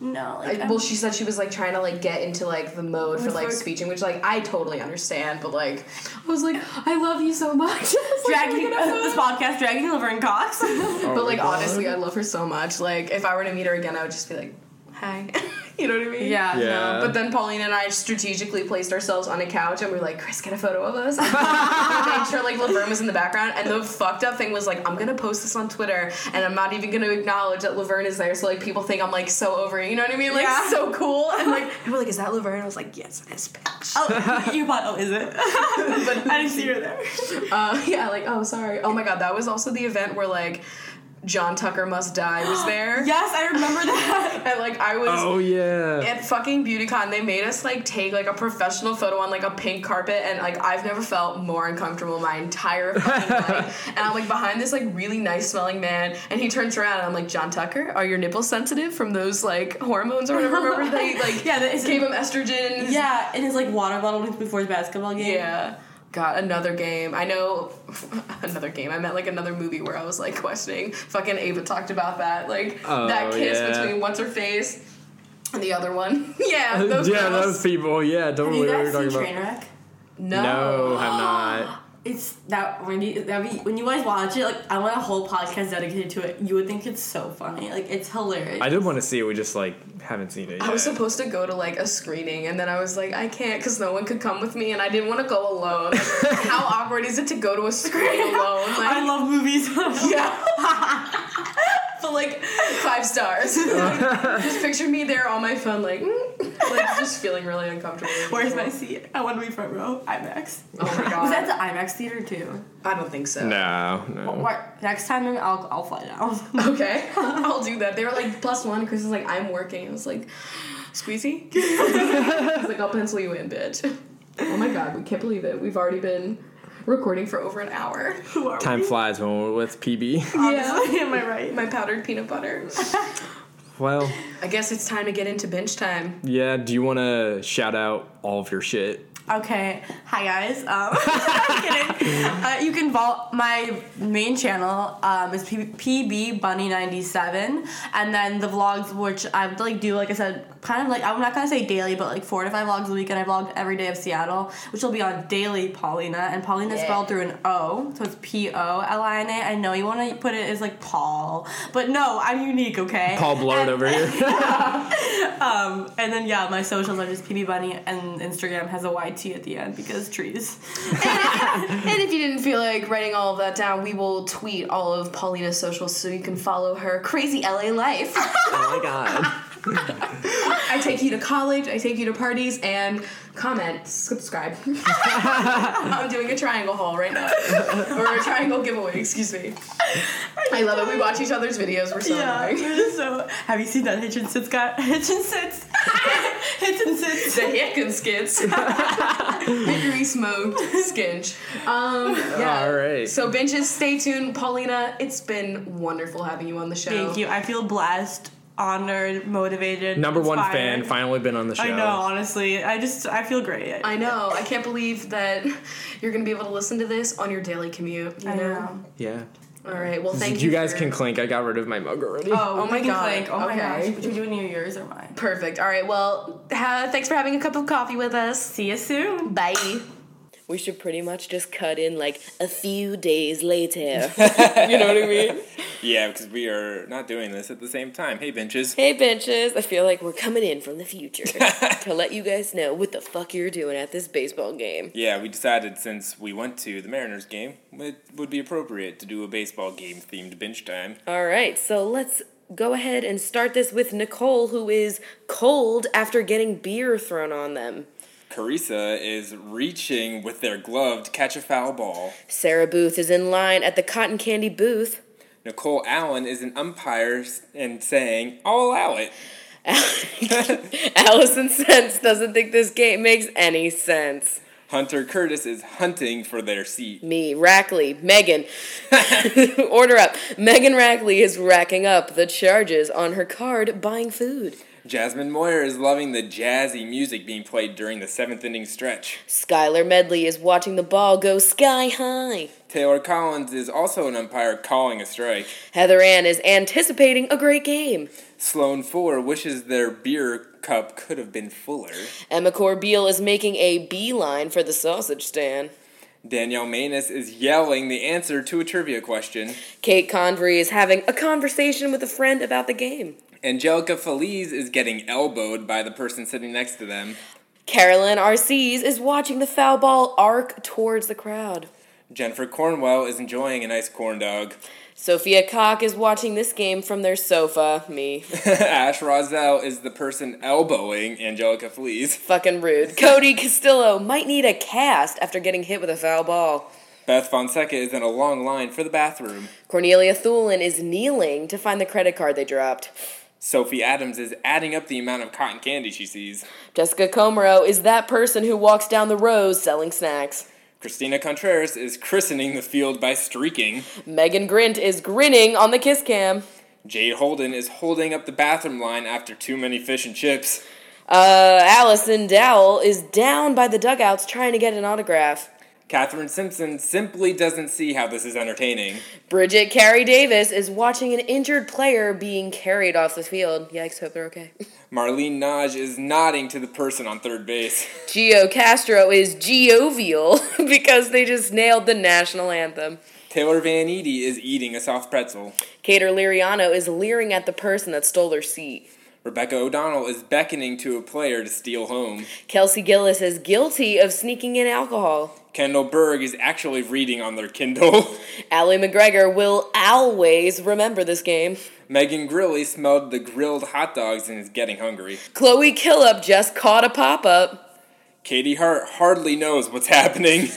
Speaker 4: no,
Speaker 2: I-
Speaker 4: like I'm
Speaker 2: well, she said she was like trying to like get into like the mode for
Speaker 4: With
Speaker 2: like
Speaker 4: work.
Speaker 2: speeching, which like I totally understand, but like I was like, I love you so much. It's, like,
Speaker 4: dragging
Speaker 2: I'm gonna-
Speaker 4: this podcast, dragging Laverne Cox.
Speaker 2: but like honestly, I love her so much. Like if I were to meet her again, I would just be like, hi. you know what I mean?
Speaker 4: yeah.
Speaker 3: Yeah.
Speaker 2: But then Pauline and I strategically placed ourselves on a couch and we were like, Chris, get a photo of us. Make sure like Laverne was in the background. And the fucked up thing was like, I'm gonna post this on Twitter and I'm not even gonna acknowledge that Laverne is there. So like people think I'm like so over it. You know what I mean? Like
Speaker 4: Yeah.
Speaker 2: so cool. And like people were like, is that Laverne? I was like, yes, it is bitch.
Speaker 4: Oh, you thought, oh, is it? I didn't see her there.
Speaker 2: Uh, yeah, like, oh sorry. Oh my god, that was also the event where like John Tucker Must Die was there.
Speaker 4: Yes, I remember that.
Speaker 2: And like I was
Speaker 3: Oh yeah.
Speaker 2: at fucking BeautyCon, they made us like take like a professional photo on like a pink carpet, and like I've never felt more uncomfortable in my entire fucking life. And I'm like behind this like really nice smelling man, and he turns around, and I'm like, John Tucker, are your nipples sensitive from those like hormones or whatever? Remember they like
Speaker 4: Yeah, that is-
Speaker 2: gave him estrogen. and-
Speaker 4: yeah, and his like water bottle before his basketball game.
Speaker 2: Yeah. God, another game. I know another game. I meant like another movie where I was like questioning. Fucking Ava talked about that. Like
Speaker 3: Oh,
Speaker 2: that kiss
Speaker 3: yeah.
Speaker 2: between what's her face and the other one. yeah, those
Speaker 3: yeah,
Speaker 2: girls.
Speaker 3: those people. Yeah, don't
Speaker 4: Have
Speaker 3: worry
Speaker 4: you
Speaker 3: what
Speaker 4: guys
Speaker 3: you're talking
Speaker 4: seen
Speaker 3: about.
Speaker 4: Trainwreck?
Speaker 2: No.
Speaker 3: No, have not.
Speaker 4: It's that when you that be, when you guys watch it, like I want a whole podcast dedicated to it. You would think it's so funny, like it's hilarious.
Speaker 3: I did want to see it. We just like haven't seen it. Yet.
Speaker 2: I was supposed to go to like a screening and then I was like, I can't because no one could come with me and I didn't want to go alone. How awkward is it to go to a screening alone? Like,
Speaker 4: I love movies.
Speaker 2: yeah. but like five stars. just picture me there on my phone, like, like just feeling really uncomfortable.
Speaker 4: Where's my seat? I want to be front row. IMAX.
Speaker 2: Oh my god.
Speaker 4: Was that the IMAX theater too?
Speaker 2: I don't think so.
Speaker 3: No, no.
Speaker 4: What? Next time I'll I'll fly down.
Speaker 2: Okay, I'll do that. They were like plus one. Chris is like, I'm working. I was like, squeezy. I was like, I'll pencil you in, bitch. Oh my god, we can't believe it. We've already been recording for over an hour.
Speaker 4: Who are
Speaker 3: Time flies when we're with PB.
Speaker 4: Obviously, am I right?
Speaker 2: My powdered peanut butter.
Speaker 3: well,
Speaker 2: I guess it's time to get into bench time.
Speaker 3: yeah. Do you want to shout out all of your shit?
Speaker 4: Okay, hi guys. Um, I'm kidding. Uh, you can vault my main channel um, is P- PB Bunny ninety seven, and then the vlogs which I like do like I said, kind of like I'm not gonna say daily, but like four to five vlogs a week, and I vlog every day of Seattle, which will be on daily Paulina, and Paulina is
Speaker 2: Yeah.
Speaker 4: spelled through an O, so it's P O L I N A. I know you want to put it as like Paul, but no, I'm unique. Okay,
Speaker 3: Paul Blart
Speaker 4: And-
Speaker 3: over here.
Speaker 4: um, and then yeah, my socials are just PB Bunny, and Instagram has a YT at the end because trees.
Speaker 2: And if you didn't feel like writing all of that down, we will tweet all of Paulina's socials so you can follow her crazy LA life.
Speaker 3: oh my god.
Speaker 2: I take you to college, I take you to parties, and comment, subscribe. I'm doing a triangle haul right now. or a triangle giveaway, excuse me. I love it. We watch each other's videos, we're so annoying.
Speaker 4: we're so. Have you seen that Hitch and Sits guy? Hitch and Sits. Hitch and Sits.
Speaker 2: The Hicken skits. Hickory smoked skinch. Um, yeah.
Speaker 3: All right.
Speaker 2: So, binges, stay tuned. Paulina, it's been wonderful having you on the show.
Speaker 4: Thank you. I feel blessed, honored, motivated.
Speaker 3: Number one fan,
Speaker 4: inspired.
Speaker 3: finally been on the show.
Speaker 4: I know. Honestly, I just I feel great.
Speaker 2: I know. I can't believe that you're going to be able to listen to this on your daily commute. You
Speaker 4: I
Speaker 2: know?
Speaker 4: know.
Speaker 3: Yeah.
Speaker 2: All right. Well, thank you.
Speaker 3: you guys
Speaker 2: for-
Speaker 3: can clink. I got rid of my mug already.
Speaker 4: Oh,
Speaker 2: Oh
Speaker 4: we
Speaker 2: my
Speaker 4: can
Speaker 2: God.
Speaker 4: Clink. Oh my
Speaker 2: Okay.
Speaker 4: gosh. Would you do any of yours or mine?
Speaker 2: Perfect. All right. Well, ha- thanks for having a cup of coffee with us.
Speaker 4: See you soon.
Speaker 2: Bye.
Speaker 5: we should pretty much just cut in like a few days later. you know what I mean?
Speaker 6: Yeah, because we are not doing this at the same time. Hey, benches.
Speaker 5: Hey, benches. I feel like we're coming in from the future to let you guys know what the fuck you're doing at this baseball game.
Speaker 6: Yeah, we decided since we went to the Mariners game, it would be appropriate to do a baseball game themed bench time.
Speaker 5: All right, so let's go ahead and start this with Nicole, who is cold after getting beer thrown on them.
Speaker 6: Carissa is reaching with their glove to catch a foul ball.
Speaker 5: Sarah Booth is in line at the cotton candy booth.
Speaker 6: Nicole Allen is an umpire s- and saying, I'll allow it.
Speaker 5: Allison Sense doesn't think this game makes any sense.
Speaker 6: Hunter Curtis is hunting for their seat.
Speaker 5: Me, Rackley, Megan. Order up. Megan Rackley is racking up the charges on her card buying food.
Speaker 6: Jasmine Moyer is loving the jazzy music being played during the seventh inning stretch.
Speaker 5: Skylar Medley is watching the ball go sky high.
Speaker 6: Taylor Collins is also an umpire calling a strike.
Speaker 5: Heather Ann is anticipating a great game.
Speaker 6: Sloan Fuller wishes their beer cup could have been fuller.
Speaker 5: Emma Corbeil is making a beeline for the sausage stand.
Speaker 6: Danielle Manus is yelling the answer to a trivia question.
Speaker 5: Kate Convery is having a conversation with a friend about the game.
Speaker 6: Angelica Feliz is getting elbowed by the person sitting next to them.
Speaker 5: Carolyn Arcees is watching the foul ball arc towards the crowd.
Speaker 6: Jennifer Cornwell is enjoying a nice corn dog.
Speaker 5: Sophia Cock is watching this game from their sofa. Me.
Speaker 6: Ash Roselle is the person elbowing Angelica Feliz.
Speaker 5: Fucking rude. Cody Castillo might need a cast after getting hit with a foul ball.
Speaker 3: Beth Fonseca is in a long line for the bathroom.
Speaker 2: Cornelia Thulin is kneeling to find the credit card they dropped.
Speaker 3: Sophie Adams is adding up the amount of cotton candy she sees.
Speaker 2: Jessica Comero is that person who walks down the road selling snacks.
Speaker 3: Christina Contreras is christening the field by streaking.
Speaker 2: Megan Grint is grinning on the kiss cam.
Speaker 3: Jade Holden is holding up the bathroom line after too many fish and chips.
Speaker 2: Uh, Allison Dowell is down by the dugouts trying to get an autograph.
Speaker 3: Katherine Simpson simply doesn't see how this is entertaining.
Speaker 2: Bridget Carey Davis is watching an injured player being carried off the field. Yikes, hope they're okay.
Speaker 3: Marlene Naj is nodding to the person on third base.
Speaker 2: Gio Castro is geovial because they just nailed the national anthem.
Speaker 3: Taylor Van Eady is eating a soft pretzel.
Speaker 2: Cater Liriano is leering at the person that stole their seat.
Speaker 3: Rebecca O'Donnell is beckoning to a player to steal home.
Speaker 2: Kelsey Gillis is guilty of sneaking in alcohol.
Speaker 3: Kendall Berg is actually reading on their Kindle.
Speaker 2: Allie McGregor will always remember this game.
Speaker 3: Megan Grilly smelled the grilled hot dogs and is getting hungry.
Speaker 2: Chloe Killup just caught a pop up.
Speaker 3: Katie Hart hardly knows what's happening.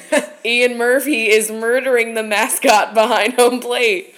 Speaker 2: Ian Murphy is murdering the mascot behind home plate.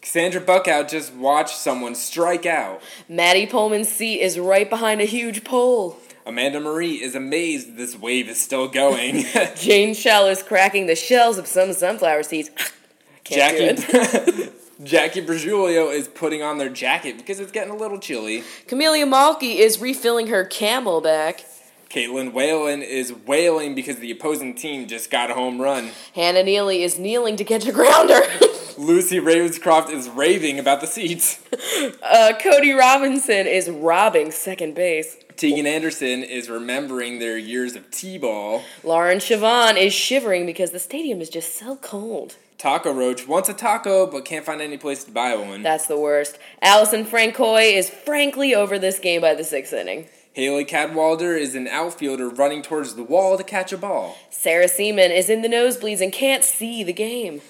Speaker 3: Cassandra Buckout just watched someone strike out.
Speaker 2: Maddie Pullman's seat is right behind a huge pole.
Speaker 3: Amanda Marie is amazed this wave is still going.
Speaker 2: Jane Shell is cracking the shells of some sunflower seeds. Can't do
Speaker 3: Jackie Jackie Bergiulio is putting on their jacket because it's getting a little chilly.
Speaker 2: Camelia Malky is refilling her camel back.
Speaker 3: Caitlin Whalen is wailing because the opposing team just got a home run.
Speaker 2: Hannah Neely is kneeling to catch a grounder.
Speaker 3: Lucy Ravenscroft is raving about the seats.
Speaker 2: uh, Cody Robinson is robbing second base.
Speaker 3: Tegan Anderson is remembering their years of T-ball.
Speaker 2: Lauren Chavon is shivering because the stadium is just so cold.
Speaker 3: Taco Roach wants a taco but can't find any place to buy one.
Speaker 2: That's the worst. Allison Francoy is frankly over this game by the sixth inning.
Speaker 3: Haley Cadwalder is an outfielder running towards the wall to catch a ball.
Speaker 2: Sarah Seaman is in the nosebleeds and can't see the game.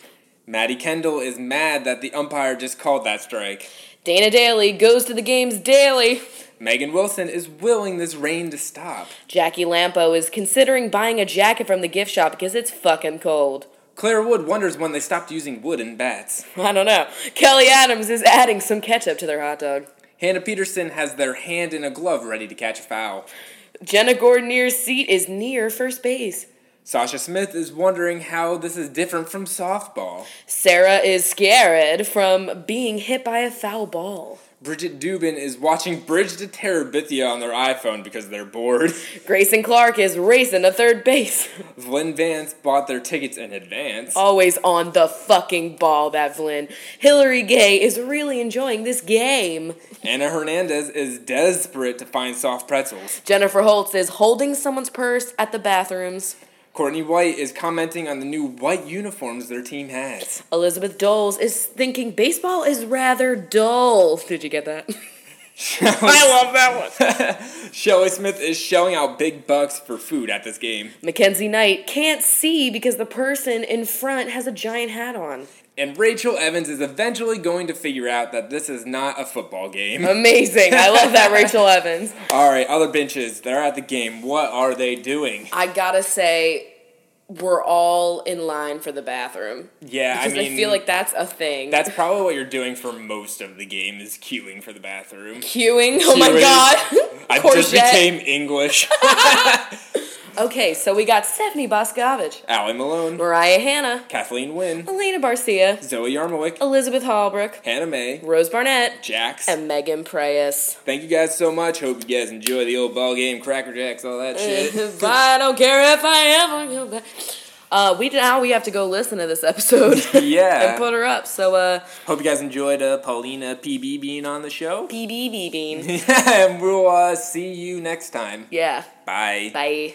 Speaker 3: Maddie Kendall is mad that the umpire just called that strike.
Speaker 2: Dana Daly goes to the games daily.
Speaker 3: Megan Wilson is willing this rain to stop.
Speaker 2: Jackie Lampo is considering buying a jacket from the gift shop because it's fucking cold.
Speaker 3: Claire Wood wonders when they stopped using wood and bats.
Speaker 2: I don't know. Kelly Adams is adding some ketchup to their hot dog.
Speaker 3: Hannah Peterson has their hand in a glove ready to catch a foul.
Speaker 2: Jenna Gordonier's seat is near first base.
Speaker 3: Sasha Smith is wondering how this is different from softball.
Speaker 2: Sarah is scared from being hit by a foul ball.
Speaker 3: Bridget Dubin is watching Bridge to Terabithia on their iPhone because they're bored.
Speaker 2: Grayson Clark is racing to third base.
Speaker 3: Lynn Vance bought their tickets in advance.
Speaker 2: Always on the fucking ball, that Flynn. Hillary Gay is really enjoying this game.
Speaker 3: Anna Hernandez is desperate to find soft pretzels.
Speaker 2: Jennifer Holtz is holding someone's purse at the bathrooms.
Speaker 3: Courtney White is commenting on the new white uniforms their team has.
Speaker 2: Elizabeth Doles is thinking baseball is rather dull. Did you get that?
Speaker 3: I love that one. Shelly Smith is shelling out big bucks for food at this game.
Speaker 2: Mackenzie Knight can't see because the person in front has a giant hat on.
Speaker 3: And Rachel Evans is eventually going to figure out that this is not a football game.
Speaker 2: Amazing. I love that, Rachel Evans.
Speaker 3: All right, other benches, they're at the game. What are they doing?
Speaker 2: I gotta say, we're all in line for the bathroom.
Speaker 3: Yeah, I
Speaker 2: Because I,
Speaker 3: mean,
Speaker 2: feel like that's a thing.
Speaker 3: that's probably what you're doing for most of the game is queuing for the bathroom.
Speaker 2: queuing. Oh my
Speaker 3: Queuing.
Speaker 2: god.
Speaker 3: I
Speaker 2: Courgette.
Speaker 3: just became English.
Speaker 2: Okay, so we got Stephanie Boscovich,
Speaker 3: Allie Malone,
Speaker 2: Mariah Hanna,
Speaker 3: Kathleen Wynn,
Speaker 2: Elena Barcia,
Speaker 3: Zoe Yarmowick,
Speaker 2: Elizabeth Hallbrook,
Speaker 3: Hannah May,
Speaker 2: Rose Barnett,
Speaker 3: Jax.
Speaker 2: and Megan Preyes.
Speaker 3: Thank you guys so much. Hope you guys enjoy the old ball game, Cracker Jacks, all that shit.
Speaker 2: If I don't care if I ever go back. Uh, we now we have to go listen to this episode.
Speaker 3: Yeah.
Speaker 2: and put her up. So uh,
Speaker 3: Hope you guys enjoyed uh, Paulina PB being on the show.
Speaker 2: BBB Bean.
Speaker 3: and we'll uh, see you next time.
Speaker 2: Yeah.
Speaker 3: Bye.
Speaker 2: Bye.